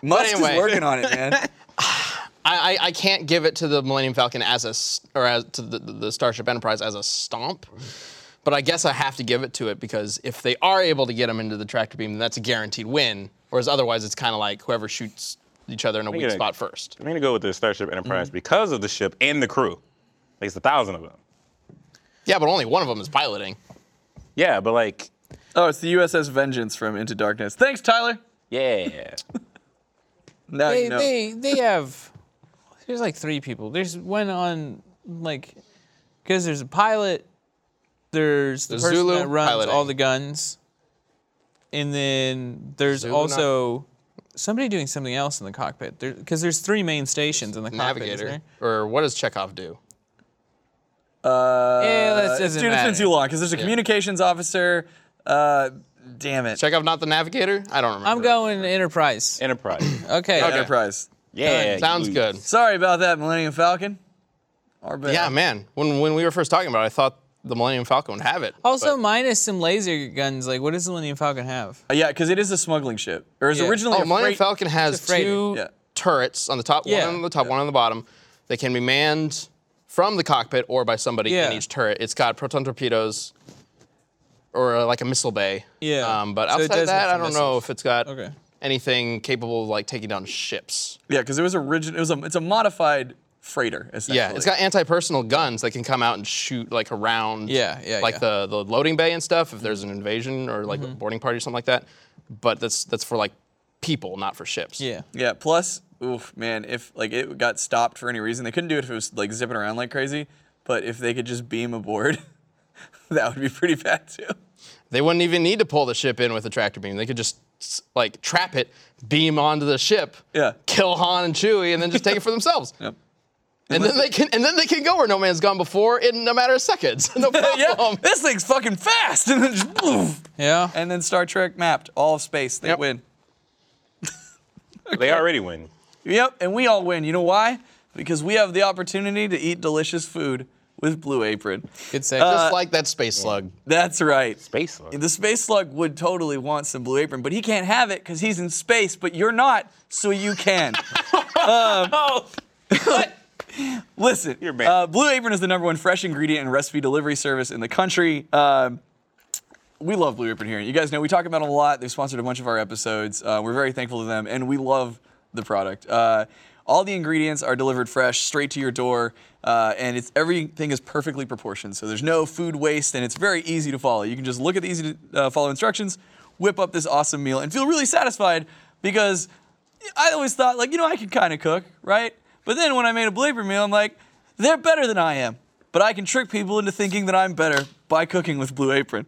[SPEAKER 4] Musk
[SPEAKER 1] anyway.
[SPEAKER 4] is working on it, man.
[SPEAKER 1] I, I, I can't give it to the Millennium Falcon as a s- or as to the, the Starship Enterprise as a stomp, but I guess I have to give it to it because if they are able to get him into the tractor beam, then that's a guaranteed win. Whereas otherwise, it's kind of like whoever shoots each other in a weak
[SPEAKER 3] it-
[SPEAKER 1] spot first.
[SPEAKER 3] I'm gonna go with the Starship Enterprise
[SPEAKER 2] Mm.
[SPEAKER 3] because of the ship and the crew. Like it's a thousand of them.
[SPEAKER 1] Yeah, but only one of them is piloting.
[SPEAKER 3] Yeah, but like,
[SPEAKER 4] Oh, it's the USS Vengeance from Into Darkness. Thanks, Tyler.
[SPEAKER 3] yeah.
[SPEAKER 4] Now
[SPEAKER 2] They,
[SPEAKER 4] you know.
[SPEAKER 2] they they have. There's like three people. There's one on like, because there's a pilot. There's the,
[SPEAKER 1] The
[SPEAKER 2] person
[SPEAKER 1] Zulu
[SPEAKER 2] that runs
[SPEAKER 1] piloting.
[SPEAKER 2] all the guns. And then there's
[SPEAKER 1] Zulu not-
[SPEAKER 2] also somebody doing something else in the cockpit. Because there's three main stations in the cockpit. isn't
[SPEAKER 1] Navigator.
[SPEAKER 2] there?
[SPEAKER 1] Or what does Chekhov do?
[SPEAKER 2] yeah, that
[SPEAKER 4] Uh,
[SPEAKER 2] doesn't
[SPEAKER 4] dude, it's
[SPEAKER 2] matter.
[SPEAKER 4] been too long because there's a communications officer. Uh, damn it.
[SPEAKER 1] Chekhov not the navigator? I don't remember.
[SPEAKER 2] I'm going Enterprise.
[SPEAKER 3] Enterprise.
[SPEAKER 1] Okay.
[SPEAKER 2] Okay.
[SPEAKER 4] Enterprise.
[SPEAKER 3] yeah.
[SPEAKER 1] Sounds
[SPEAKER 3] you-
[SPEAKER 1] good.
[SPEAKER 4] Sorry about that, Millennium Falcon. Our bad.
[SPEAKER 1] Yeah, man. When when we were first talking about it, I thought the Millennium Falcon would have it.
[SPEAKER 2] Also,
[SPEAKER 1] but-
[SPEAKER 2] minus some laser guns. Like, what does the Millennium Falcon have?
[SPEAKER 4] Uh, yeah, because it is a smuggling ship. Or is
[SPEAKER 2] Yeah.
[SPEAKER 4] originally
[SPEAKER 1] Oh,
[SPEAKER 4] a
[SPEAKER 1] Millennium
[SPEAKER 4] freight-
[SPEAKER 1] Falcon has
[SPEAKER 2] It's a freighter.
[SPEAKER 1] two
[SPEAKER 4] Yeah.
[SPEAKER 1] turrets on the top,
[SPEAKER 2] Yeah.
[SPEAKER 1] one on the top, one on the bottom. They can be manned from the cockpit or by somebody
[SPEAKER 2] Yeah.
[SPEAKER 1] in each turret. It's got proton torpedoes or uh, like a missile bay.
[SPEAKER 2] Yeah.
[SPEAKER 1] Um, but
[SPEAKER 2] So it
[SPEAKER 1] outside
[SPEAKER 2] does
[SPEAKER 1] that,
[SPEAKER 2] have
[SPEAKER 1] I
[SPEAKER 2] some
[SPEAKER 1] don't know
[SPEAKER 2] missiles.
[SPEAKER 1] if it's got
[SPEAKER 2] Okay.
[SPEAKER 1] anything capable of like taking down ships.
[SPEAKER 4] Yeah, because it was original. It was a. It's a modified freighter. Essentially.
[SPEAKER 1] Yeah, it's got anti-personal guns that can come out and shoot like around.
[SPEAKER 2] Yeah, yeah,
[SPEAKER 1] Like
[SPEAKER 2] yeah.
[SPEAKER 1] the the loading bay and stuff. If there's an invasion or like a boarding party or something like that, but that's that's for like people, not for ships.
[SPEAKER 2] Yeah.
[SPEAKER 4] Yeah. Plus, oof, man, if like it got stopped for any reason, they couldn't do it if it was like zipping around like crazy. But if they could just beam aboard, that would be pretty bad too.
[SPEAKER 1] They wouldn't even need to pull the ship in with a tractor beam. They could just s- like trap it, beam onto the ship,
[SPEAKER 4] Yeah.
[SPEAKER 1] kill Han and Chewie, and then just take it for themselves.
[SPEAKER 4] Yep.
[SPEAKER 1] And then they can and then they can go where no man's gone before in a matter of seconds. no problem.
[SPEAKER 4] yeah. This thing's fucking fast, and then just poof.
[SPEAKER 2] Yeah.
[SPEAKER 4] And then Star Trek mapped all of space. They
[SPEAKER 1] Yep.
[SPEAKER 4] win.
[SPEAKER 3] They already win.
[SPEAKER 4] Yep, and we all win. You know why? Because we have the opportunity to eat delicious food with Blue Apron.
[SPEAKER 2] Good segue.
[SPEAKER 1] Just like that space slug.
[SPEAKER 4] That's right.
[SPEAKER 3] Space. Lord.
[SPEAKER 4] The space slug would totally want some Blue Apron, but he can't have it because he's in space, but you're not, so you can.
[SPEAKER 2] oh.
[SPEAKER 4] Listen,
[SPEAKER 3] You're banned.
[SPEAKER 4] uh, Blue Apron is the number one fresh ingredient and recipe delivery service in the country. Um, we love Blue Apron here. You guys know we talk about them a lot. They've sponsored a bunch of our episodes. Uh, we're very thankful to them, and we love the product. Uh, all the ingredients are delivered fresh, straight to your door, uh, and it's everything is perfectly proportioned. So there's no food waste, and it's very easy to follow. You can just look at the easy to uh, follow instructions, whip up this awesome meal, and feel really satisfied because I always thought, like, you know, I could kind of cook, right? But then when I made a Blaber meal, I'm like, they're better than I am. But I can trick people into thinking that I'm better by cooking with Blue Apron.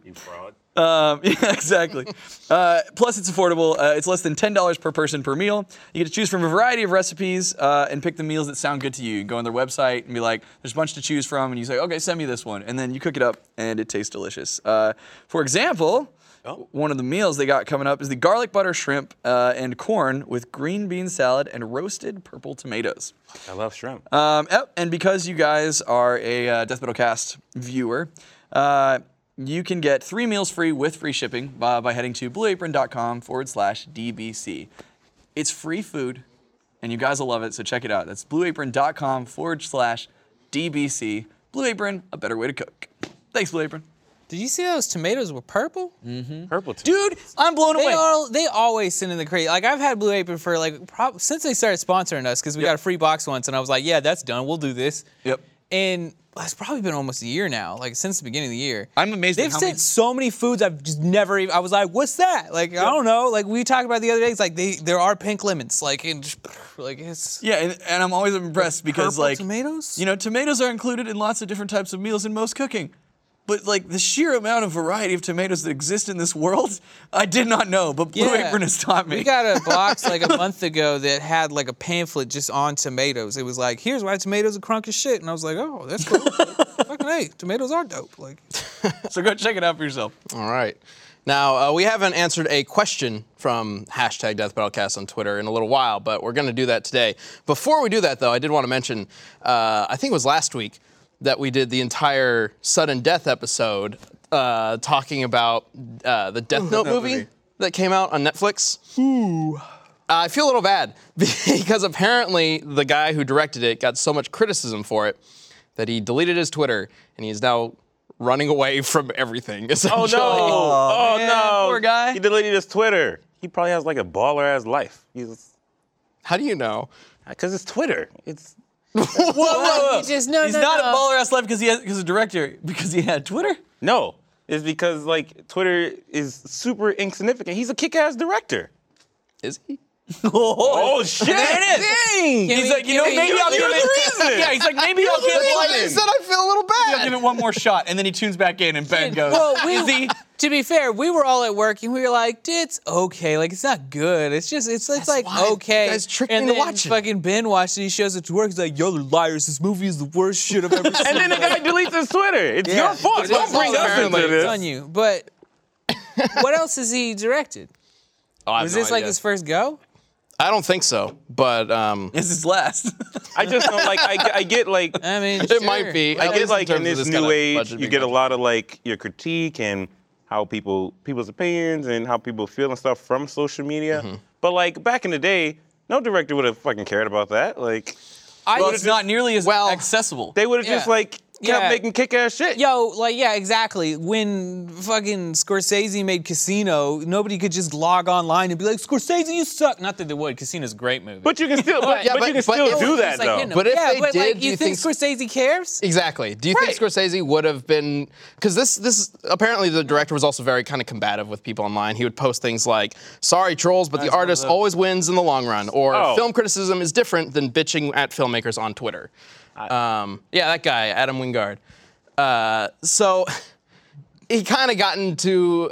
[SPEAKER 4] Um, yeah, exactly. uh, plus, it's affordable. Uh, it's less than $10 per person per meal. You get to choose from a variety of recipes uh, and pick the meals that sound good to you. You go on their website and be like, there's a bunch to choose from. And you say, okay, send me this one. And then you cook it up and it tastes delicious. Uh, for example, one of the meals they got coming up is the garlic butter shrimp uh, and corn with green bean salad and roasted purple tomatoes.
[SPEAKER 3] I love shrimp.
[SPEAKER 4] Um, yep, and because you guys are a uh, Death Metal Cast viewer, uh, you can get three meals free with free shipping uh, by, by heading to blueapron.com forward slash DBC. It's free food, and you guys will love it, so check it out. That's blueapron.com forward slash DBC. Blue Apron, a better way to cook. Thanks, Blue Apron.
[SPEAKER 2] Did you see those tomatoes were purple?
[SPEAKER 3] Purple. Too.
[SPEAKER 4] Mm. Dude, I'm blown
[SPEAKER 2] They
[SPEAKER 4] away.
[SPEAKER 2] all they always send in the crate. Like I've had Blue Apron for like prob- since they started sponsoring us because we got a free box once, and I was like, yeah, that's done. We'll do this.
[SPEAKER 4] Yep.
[SPEAKER 2] And it's probably been almost a year now, like since the beginning of the year.
[SPEAKER 4] I'm amazed at
[SPEAKER 2] They've
[SPEAKER 4] how
[SPEAKER 2] sent
[SPEAKER 4] many-
[SPEAKER 2] so many foods I've just never even. I was like, what's that? Like I don't know. Like we talked about the other day. It's like they there are pink lemons. Like and just, like it's
[SPEAKER 4] Yeah, and, and I'm always impressed because
[SPEAKER 2] purple
[SPEAKER 4] like
[SPEAKER 2] tomatoes?
[SPEAKER 4] You know, tomatoes are included in lots of different types of meals in most cooking. But like the sheer amount of variety of tomatoes that exist in this world, I did not know, but Blue
[SPEAKER 2] Yeah.
[SPEAKER 4] Apron has taught me.
[SPEAKER 2] We got a box like a month ago that had like a pamphlet just on tomatoes. It was like, here's why tomatoes are crunk as shit. And I was like, oh, that's cool. Fucking hey, tomatoes are dope. Like,
[SPEAKER 4] so go check it out for yourself.
[SPEAKER 1] All right. Now, uh, we haven't answered a question from hashtag Death Battlecast on Twitter in a little while, but we're going to do that today. Before we do that, though, I did want to mention uh, I think it was last week that we did the entire sudden death episode uh,
[SPEAKER 3] Mm-hmm.
[SPEAKER 1] talking about uh, the Death Note
[SPEAKER 4] that
[SPEAKER 1] movie,
[SPEAKER 4] movie.
[SPEAKER 1] that came out on Netflix. Ooh. Uh, I feel a little bad because apparently the guy who directed it got so much criticism for it that he deleted his Twitter and he's now running away from everything.
[SPEAKER 3] Oh no! Oh,
[SPEAKER 2] man,
[SPEAKER 3] no!
[SPEAKER 2] poor guy.
[SPEAKER 3] He deleted his Twitter. He probably has like a baller ass life. He's
[SPEAKER 1] How do you know?
[SPEAKER 3] because it's Twitter. It's
[SPEAKER 2] He just- no,
[SPEAKER 4] Oh, He's
[SPEAKER 2] no,
[SPEAKER 4] not
[SPEAKER 2] no.
[SPEAKER 4] a baller ass life because he has because the director because he had Twitter.
[SPEAKER 3] no. It's because like Twitter is super insignificant. He's a kick ass director.
[SPEAKER 1] Is he?
[SPEAKER 3] Oh shit!
[SPEAKER 4] There it is.
[SPEAKER 3] Dang!
[SPEAKER 4] He's like, you know,
[SPEAKER 2] Can we-
[SPEAKER 4] maybe I'll give
[SPEAKER 3] You're the
[SPEAKER 4] it.
[SPEAKER 3] reason.
[SPEAKER 4] Yeah, he's like, maybe I'll give it.
[SPEAKER 1] Like
[SPEAKER 4] like-
[SPEAKER 1] I said, I feel a little bad.
[SPEAKER 4] I'll give it one more shot, and then he tunes back in, and Ben goes,
[SPEAKER 2] Well, we-
[SPEAKER 4] "Izzy,
[SPEAKER 2] To be fair, we were all at work and we were like, it's okay. Like, it's not good. It's just, it's, it's like
[SPEAKER 1] why
[SPEAKER 2] okay.
[SPEAKER 1] you guys tricked
[SPEAKER 2] and
[SPEAKER 1] me to
[SPEAKER 2] then
[SPEAKER 1] watch it.
[SPEAKER 2] fucking Ben watched it. He shows it to work. He's like, yo, liars. This movie is the worst shit I've ever seen.
[SPEAKER 3] And then the guy deletes his Twitter. It's your fault.
[SPEAKER 2] It
[SPEAKER 3] Don't
[SPEAKER 2] is
[SPEAKER 3] bring us
[SPEAKER 1] apparently.
[SPEAKER 3] into
[SPEAKER 2] It's on
[SPEAKER 3] this.
[SPEAKER 2] you. But what else has he directed?
[SPEAKER 1] Oh, I have
[SPEAKER 2] Was
[SPEAKER 1] no
[SPEAKER 2] this like
[SPEAKER 1] idea.
[SPEAKER 2] his first go?
[SPEAKER 1] I don't think so, but um,
[SPEAKER 4] this is last."
[SPEAKER 3] I just don't like. I, I get like.
[SPEAKER 2] I mean,
[SPEAKER 1] it might be.
[SPEAKER 3] I
[SPEAKER 1] at
[SPEAKER 3] guess
[SPEAKER 1] least
[SPEAKER 3] like in
[SPEAKER 1] terms of
[SPEAKER 3] this,
[SPEAKER 1] kind
[SPEAKER 3] new
[SPEAKER 1] of
[SPEAKER 3] age,
[SPEAKER 1] budget
[SPEAKER 3] you
[SPEAKER 1] being
[SPEAKER 3] get a
[SPEAKER 1] budget.
[SPEAKER 3] lot of like your critique and how people people's opinions and how people feel and stuff from social media. But like back in the day, no director would have fucking cared about that. Like
[SPEAKER 2] I
[SPEAKER 4] Well,
[SPEAKER 2] used
[SPEAKER 4] it's not nearly as
[SPEAKER 1] Well,
[SPEAKER 4] accessible.
[SPEAKER 3] they would have just
[SPEAKER 2] Yeah.
[SPEAKER 3] like kept
[SPEAKER 2] Yeah.
[SPEAKER 3] making kick ass shit.
[SPEAKER 2] Yo, like, yeah, exactly. When fucking Scorsese made Casino, nobody could just log online and be like, Scorsese, you suck. Not that they would. Casino's a great movie.
[SPEAKER 3] But you can still, but,
[SPEAKER 1] Yeah,
[SPEAKER 3] but
[SPEAKER 1] but-
[SPEAKER 3] you can
[SPEAKER 1] but
[SPEAKER 3] still
[SPEAKER 1] it
[SPEAKER 3] do
[SPEAKER 1] was
[SPEAKER 3] that
[SPEAKER 2] It's like,
[SPEAKER 3] though.
[SPEAKER 2] you know,
[SPEAKER 1] But if
[SPEAKER 2] yeah,
[SPEAKER 1] they
[SPEAKER 2] but like,
[SPEAKER 1] did,
[SPEAKER 2] you,
[SPEAKER 1] you
[SPEAKER 2] think,
[SPEAKER 1] think-
[SPEAKER 2] Scorsese cares?
[SPEAKER 1] Exactly. Do you
[SPEAKER 3] Right.
[SPEAKER 1] think Scorsese would have been because this this apparently the director was also very kind of combative with people online. He would post things like "Sorry trolls, but the
[SPEAKER 4] one of
[SPEAKER 1] artist
[SPEAKER 4] those.
[SPEAKER 1] always wins in the long run," or
[SPEAKER 3] Oh.
[SPEAKER 1] "Film criticism is different than bitching at filmmakers on Twitter." Um, yeah, that guy Adam Wingard. Uh, so he kind of got into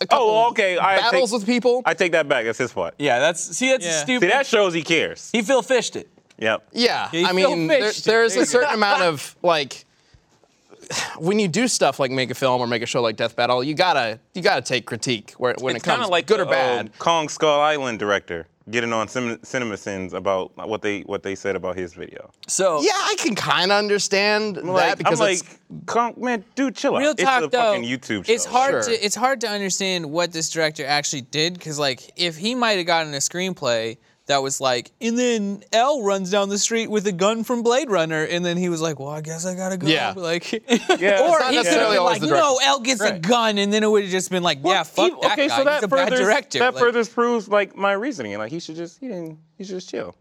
[SPEAKER 1] a couple
[SPEAKER 3] oh, okay. I
[SPEAKER 1] battles
[SPEAKER 3] take,
[SPEAKER 1] with people.
[SPEAKER 3] I take that back. That's his fault.
[SPEAKER 4] yeah, that's see, that's
[SPEAKER 2] Yeah.
[SPEAKER 4] stupid.
[SPEAKER 3] See, that shows he cares.
[SPEAKER 4] he Phil fished it.
[SPEAKER 3] Yep.
[SPEAKER 1] Yeah,
[SPEAKER 2] Yeah, you
[SPEAKER 1] I
[SPEAKER 2] feel
[SPEAKER 1] mean, there,
[SPEAKER 2] fished.
[SPEAKER 1] there's
[SPEAKER 2] There you
[SPEAKER 1] a certain amount of like when you do stuff like make a film or make a show like Death Battle, you gotta you gotta take critique where, when it
[SPEAKER 3] kinda
[SPEAKER 1] comes, good or
[SPEAKER 3] the,
[SPEAKER 1] bad.
[SPEAKER 3] um, Kong Skull Island director getting on Cin- CinemaSins about what they what they said about his video.
[SPEAKER 4] So
[SPEAKER 1] yeah, I can kind of understand that because
[SPEAKER 3] I'm
[SPEAKER 1] it's,
[SPEAKER 3] like, Kong, man, dude, chill out.
[SPEAKER 2] Real
[SPEAKER 3] it's
[SPEAKER 2] talk
[SPEAKER 3] a
[SPEAKER 2] though,
[SPEAKER 3] fucking YouTube show.
[SPEAKER 2] it's hard
[SPEAKER 1] Sure.
[SPEAKER 2] to it's hard to understand what this director actually did because like if he might have gotten a screenplay that was like, and then L runs down the street with a gun from Blade Runner, and then he was like, well, I guess I gotta go.
[SPEAKER 1] Yeah.
[SPEAKER 2] Like, or
[SPEAKER 3] Yeah.
[SPEAKER 2] he
[SPEAKER 3] not
[SPEAKER 2] could have
[SPEAKER 1] necessarily
[SPEAKER 2] been
[SPEAKER 1] always
[SPEAKER 2] like,
[SPEAKER 1] the director.
[SPEAKER 2] no, L gets a
[SPEAKER 4] Right.
[SPEAKER 2] gun, and then it would have just been like, yeah, fuck
[SPEAKER 3] Even-
[SPEAKER 2] that
[SPEAKER 3] e-, okay,
[SPEAKER 2] guy.
[SPEAKER 3] so that
[SPEAKER 2] He's a
[SPEAKER 3] furthers,
[SPEAKER 2] bad director.
[SPEAKER 3] That
[SPEAKER 2] Like,
[SPEAKER 3] further proves like my reasoning. Like he should just he didn't he should just chill.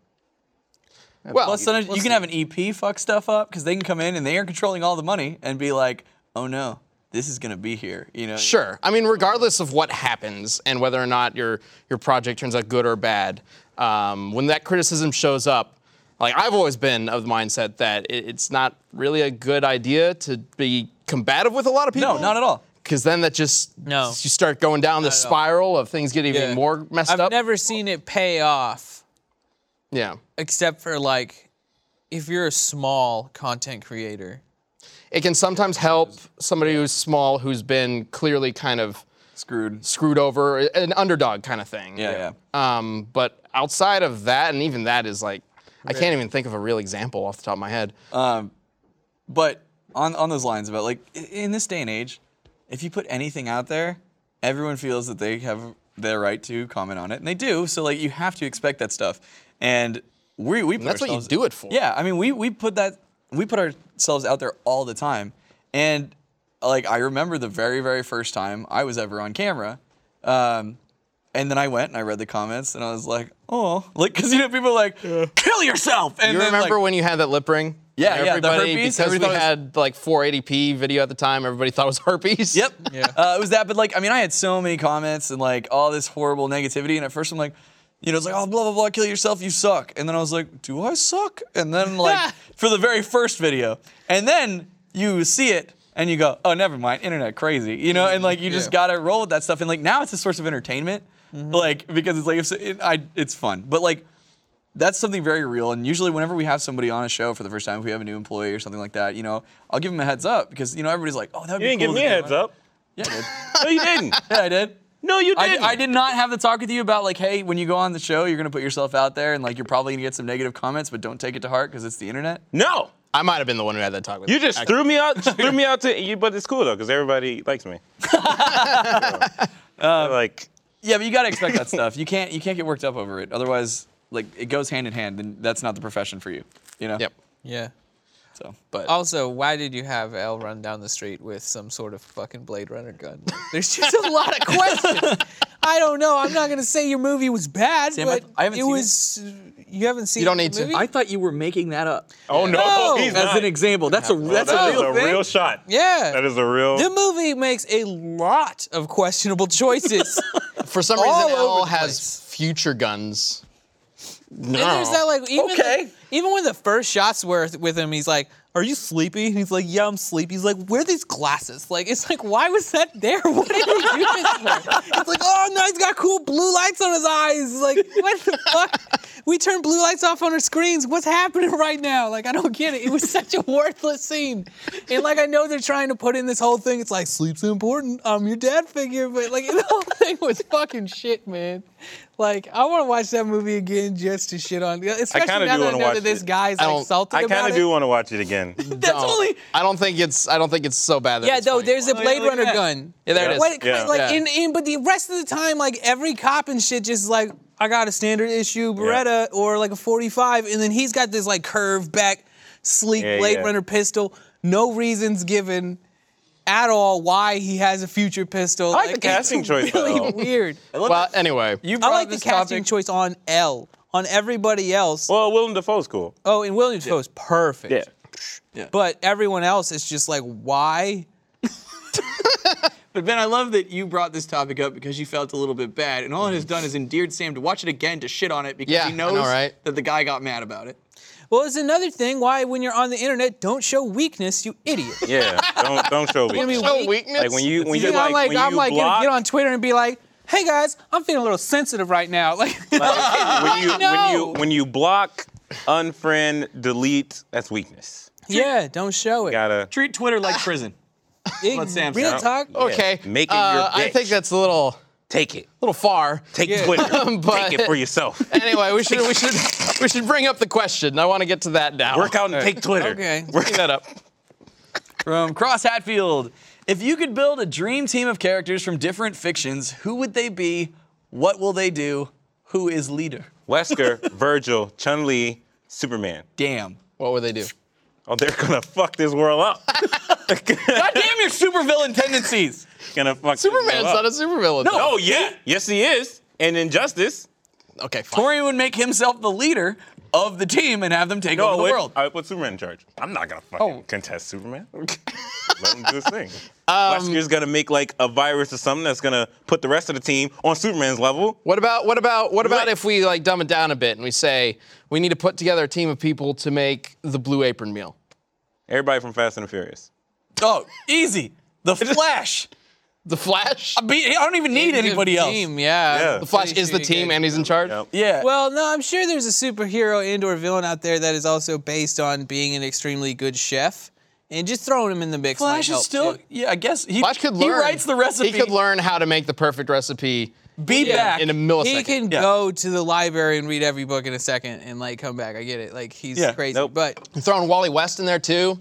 [SPEAKER 1] well,
[SPEAKER 4] plus sometimes you can have an EP fuck stuff up because they can come in and they are controlling all the money and be like, "Oh no, this is gonna be here." You know.
[SPEAKER 1] Sure. I mean, regardless of what happens and whether or not your your project turns out good or bad, um, when that criticism shows up, like I've always been of the mindset that it, it's not really a good idea to be combative with a lot of people.
[SPEAKER 4] No, not at all.
[SPEAKER 1] Because then that just
[SPEAKER 2] No.
[SPEAKER 1] you start going down the
[SPEAKER 2] all.
[SPEAKER 1] spiral of things getting
[SPEAKER 2] Yeah.
[SPEAKER 1] even more messed
[SPEAKER 2] I've
[SPEAKER 1] up.
[SPEAKER 2] never seen it pay off.
[SPEAKER 1] yeah.
[SPEAKER 2] except for like if you're a small content creator.
[SPEAKER 1] It can sometimes help somebody who's small who's been clearly kind of
[SPEAKER 4] Screwed.
[SPEAKER 1] screwed over, an underdog kind of thing.
[SPEAKER 4] Yeah, yeah.
[SPEAKER 1] Um, but outside of that, and even that is like, I can't even think of a real example off the top of my head.
[SPEAKER 4] But on on those lines about like i- in this day and age, if you put anything out there, everyone feels that they have their right to comment on it, and they do. So like you have to expect that stuff, and we we put
[SPEAKER 1] that's what you
[SPEAKER 4] ourselves-
[SPEAKER 1] do it for.
[SPEAKER 4] Yeah, I mean we we put that we put ourselves out there all the time, and like I remember the very very first time I was ever on camera. Um, and then I went and I read the comments and I was like, oh, like, cause you know, people are like, kill yourself. And
[SPEAKER 1] you
[SPEAKER 4] then, like-
[SPEAKER 1] remember when you had that lip ring?
[SPEAKER 4] Yeah,
[SPEAKER 1] And
[SPEAKER 4] yeah, the
[SPEAKER 1] everybody,
[SPEAKER 4] herpes,
[SPEAKER 1] because we
[SPEAKER 4] everybody was-
[SPEAKER 1] had like 480p video at the time, everybody thought it was herpes.
[SPEAKER 4] Yep. Uh, it was that, but like, I mean, I had so many comments and like all this horrible negativity. And at first, I'm like, you know, it's like, oh, blah, blah, blah, kill yourself, you suck. And then I was like, do I suck? And then, like, for the very first video. And then you see it and you go, oh, never mind, internet crazy, you know? And like, you just gotta roll with that stuff. And like, now it's a source of entertainment,
[SPEAKER 3] Mm-hmm.
[SPEAKER 4] like, because it's like, it's, it, I, it's fun. But like, that's something very real. And usually, whenever we have somebody on a show for the first time, if we have a new employee or something like that, you know, I'll give them a heads up because, you know, everybody's like, oh, that would
[SPEAKER 3] You
[SPEAKER 4] be
[SPEAKER 3] didn't
[SPEAKER 4] cool
[SPEAKER 3] give
[SPEAKER 4] to
[SPEAKER 3] me a
[SPEAKER 4] do."
[SPEAKER 3] heads up.
[SPEAKER 4] Yeah, I
[SPEAKER 3] No,
[SPEAKER 4] did.
[SPEAKER 3] you didn't.
[SPEAKER 4] Yeah, I did.
[SPEAKER 3] No, you
[SPEAKER 4] I,
[SPEAKER 3] didn't.
[SPEAKER 4] I did not have the talk with you about like, hey, when you go on the show, you're gonna put yourself out there, and like, you're probably gonna get some negative comments, but don't take it to heart because it's the internet.
[SPEAKER 3] No,
[SPEAKER 1] I might have been the one who had that talk with
[SPEAKER 3] you just
[SPEAKER 1] actually.
[SPEAKER 3] threw me out. Just threw
[SPEAKER 2] Um,
[SPEAKER 3] me out to you, but it's cool though because everybody likes me. So, like
[SPEAKER 4] Yeah, but you gotta expect that stuff. You can't you can't get worked up over it. Otherwise, like it goes hand in hand, and that's not the profession for you. You know.
[SPEAKER 1] Yep.
[SPEAKER 2] Yeah.
[SPEAKER 4] So, but
[SPEAKER 2] Also, why did you have L run down the street with some sort of fucking Blade Runner gun? There's just a lot of questions. I don't know. I'm not gonna say your movie was bad,
[SPEAKER 4] Sam, I-
[SPEAKER 2] but
[SPEAKER 4] I haven't
[SPEAKER 2] it
[SPEAKER 4] seen it.
[SPEAKER 2] was. You haven't seen.
[SPEAKER 1] You don't
[SPEAKER 2] the
[SPEAKER 1] need to.
[SPEAKER 2] movie?
[SPEAKER 4] I thought you were making that up
[SPEAKER 3] Oh no,
[SPEAKER 2] No!
[SPEAKER 3] he's
[SPEAKER 4] as
[SPEAKER 3] not.
[SPEAKER 4] an example. That's a that's
[SPEAKER 3] that
[SPEAKER 4] a
[SPEAKER 3] is
[SPEAKER 4] real
[SPEAKER 3] a
[SPEAKER 4] thing.
[SPEAKER 3] real shot.
[SPEAKER 2] Yeah.
[SPEAKER 3] that is a real.
[SPEAKER 2] the movie makes a lot of questionable choices.
[SPEAKER 1] For some
[SPEAKER 2] All
[SPEAKER 1] reason,
[SPEAKER 2] over
[SPEAKER 1] L
[SPEAKER 2] the
[SPEAKER 1] has
[SPEAKER 2] place.
[SPEAKER 1] future guns. No.
[SPEAKER 2] And there's that like even
[SPEAKER 4] Okay.
[SPEAKER 2] like, even when the first shots were th- with him, he's like, "Are you sleepy?" And he's like, "Yeah, I'm sleepy." He's like, "Where are these glasses?" Like it's like, why was that there? What did he do this for? It's like, oh no, he's got cool blue lights on his eyes. Like what the fuck? We turn blue lights off on our screens. What's happening right now? Like I don't get it. It was such a worthless scene. And like I know they're trying to put in this whole thing. It's like sleep's important. I'm your dad figure, but like the whole thing was fucking shit, man. Like I want to watch that movie again just to shit on. Especially
[SPEAKER 3] kinda
[SPEAKER 2] now
[SPEAKER 3] do
[SPEAKER 2] that I
[SPEAKER 3] wanna
[SPEAKER 2] know
[SPEAKER 3] watch
[SPEAKER 2] that this
[SPEAKER 3] it.
[SPEAKER 2] guy's
[SPEAKER 1] I don't-
[SPEAKER 2] like salty
[SPEAKER 3] I
[SPEAKER 2] about
[SPEAKER 3] kind
[SPEAKER 2] it.
[SPEAKER 3] of do want to watch it again.
[SPEAKER 2] That's
[SPEAKER 1] Don't.
[SPEAKER 2] only.
[SPEAKER 1] I don't think it's. I don't think it's so bad. That
[SPEAKER 2] Yeah,
[SPEAKER 1] it's
[SPEAKER 2] no,
[SPEAKER 1] funny
[SPEAKER 2] there's a
[SPEAKER 1] anymore.
[SPEAKER 2] Blade
[SPEAKER 4] look at
[SPEAKER 2] Runner
[SPEAKER 4] that.
[SPEAKER 2] gun.
[SPEAKER 1] Yeah, there it is.
[SPEAKER 2] Like,
[SPEAKER 3] Yeah.
[SPEAKER 2] like
[SPEAKER 1] Yeah.
[SPEAKER 2] In, in, but the rest of the time, like every cop and shit, just like I got a standard issue Beretta or like a 45, and then he's got this like curved back, sleek
[SPEAKER 3] Yeah,
[SPEAKER 2] Blade
[SPEAKER 3] yeah.
[SPEAKER 2] Runner pistol. No reasons given at all why he has a future pistol.
[SPEAKER 3] like the casting
[SPEAKER 2] it's
[SPEAKER 3] choice,
[SPEAKER 2] Really
[SPEAKER 3] though.
[SPEAKER 2] weird.
[SPEAKER 1] well, anyway,
[SPEAKER 4] you
[SPEAKER 2] I
[SPEAKER 4] brought
[SPEAKER 2] like the
[SPEAKER 4] this
[SPEAKER 2] casting
[SPEAKER 4] topic.
[SPEAKER 2] choice on L. On everybody else,
[SPEAKER 3] Well, Willem Dafoe's cool.
[SPEAKER 2] oh, and William Defoe's perfect.
[SPEAKER 3] Yeah.
[SPEAKER 2] But everyone else is just like, why?
[SPEAKER 4] But Ben, I love that you brought this topic up because you felt a little bit bad, and all it has done is endeared Sam to watch it again to shit on it because
[SPEAKER 1] Yeah,
[SPEAKER 4] he
[SPEAKER 1] I know,
[SPEAKER 4] knows
[SPEAKER 1] right?
[SPEAKER 4] that the guy got mad about it.
[SPEAKER 2] Well, it's another thing why when you're on the internet, don't show weakness, you idiot.
[SPEAKER 3] Yeah, don't don't show
[SPEAKER 2] I mean,
[SPEAKER 3] me.
[SPEAKER 1] no
[SPEAKER 2] weak-
[SPEAKER 1] weakness.
[SPEAKER 3] Like when you when
[SPEAKER 2] You
[SPEAKER 3] you
[SPEAKER 2] know, I'm
[SPEAKER 3] like,
[SPEAKER 2] like,
[SPEAKER 3] when
[SPEAKER 2] I'm
[SPEAKER 3] you
[SPEAKER 2] like
[SPEAKER 3] block,
[SPEAKER 2] gonna get on Twitter and be like, "Hey guys, I'm feeling a little sensitive right now." Like,
[SPEAKER 3] when you when you
[SPEAKER 2] know.
[SPEAKER 3] when you block, unfriend, delete, that's weakness.
[SPEAKER 2] yeah, don't show it.
[SPEAKER 3] Gotta
[SPEAKER 4] Treat Twitter like prison.
[SPEAKER 2] It-
[SPEAKER 4] Let Sam
[SPEAKER 2] real
[SPEAKER 4] shout.
[SPEAKER 2] talk.
[SPEAKER 1] okay,
[SPEAKER 3] Yeah, make it your
[SPEAKER 1] uh, I
[SPEAKER 3] bitch.
[SPEAKER 1] think that's a little,
[SPEAKER 3] take it.
[SPEAKER 2] Oh,
[SPEAKER 1] little far.
[SPEAKER 3] Take Twitter.
[SPEAKER 1] But-
[SPEAKER 3] take it for yourself.
[SPEAKER 1] Anyway, we should we should we should bring up the question. I want to get to that now.
[SPEAKER 3] Work out and take Twitter.
[SPEAKER 2] Okay.
[SPEAKER 3] Work that up.
[SPEAKER 4] From Cross Hatfield. If you could build a dream team of characters from different fictions, who would they be? What will they do? Who is leader?
[SPEAKER 3] Wesker, Virgil, Chun Li, Superman.
[SPEAKER 4] Damn.
[SPEAKER 1] What would they do?
[SPEAKER 3] Oh, they're gonna fuck this world up.
[SPEAKER 4] God damn your supervillain tendencies.
[SPEAKER 3] gonna fuck
[SPEAKER 1] Superman's
[SPEAKER 3] this world
[SPEAKER 1] not a
[SPEAKER 3] up.
[SPEAKER 1] supervillain. No.
[SPEAKER 3] Oh yeah, yes he is. And Injustice.
[SPEAKER 1] Okay, fine.
[SPEAKER 4] Tori would make himself the leader of the team and have them take over the
[SPEAKER 3] wait,
[SPEAKER 4] world.
[SPEAKER 3] I would put Superman in charge. I'm not gonna fucking
[SPEAKER 2] Oh.
[SPEAKER 3] contest Superman. Let him do his thing.
[SPEAKER 2] Um,
[SPEAKER 3] Wesker's gonna make like a virus or something that's gonna put the rest of the team on Superman's level.
[SPEAKER 1] What about what about what about
[SPEAKER 3] Right.
[SPEAKER 1] if we like dumb it down a bit and we say we need to put together a team of people to make the Blue Apron meal?
[SPEAKER 3] Everybody from Fast and the Furious.
[SPEAKER 4] Oh, easy. The Flash.
[SPEAKER 1] The Flash.
[SPEAKER 4] Be- I don't even need anybody else.
[SPEAKER 2] Team, yeah.
[SPEAKER 3] Yeah.
[SPEAKER 1] The Flash is the team and he's in charge.
[SPEAKER 3] Yep.
[SPEAKER 4] Yeah.
[SPEAKER 2] Well, no, I'm sure there's a superhero and or villain out there that is also based on being an extremely good chef, and just throwing him in the mix.
[SPEAKER 4] Flash
[SPEAKER 2] might
[SPEAKER 4] is
[SPEAKER 2] help,
[SPEAKER 4] still,
[SPEAKER 2] too.
[SPEAKER 4] yeah, I guess he,
[SPEAKER 1] Flash could learn.
[SPEAKER 4] he writes the recipe.
[SPEAKER 1] He could learn how to make the perfect recipe
[SPEAKER 4] Be back.
[SPEAKER 1] in a millisecond.
[SPEAKER 2] He can
[SPEAKER 4] Yeah.
[SPEAKER 2] go to the library and read every book in a second and like come back. I get it. Like he's
[SPEAKER 4] Yeah,
[SPEAKER 2] crazy,
[SPEAKER 3] nope.
[SPEAKER 2] but
[SPEAKER 1] Throwing Wally West in there too.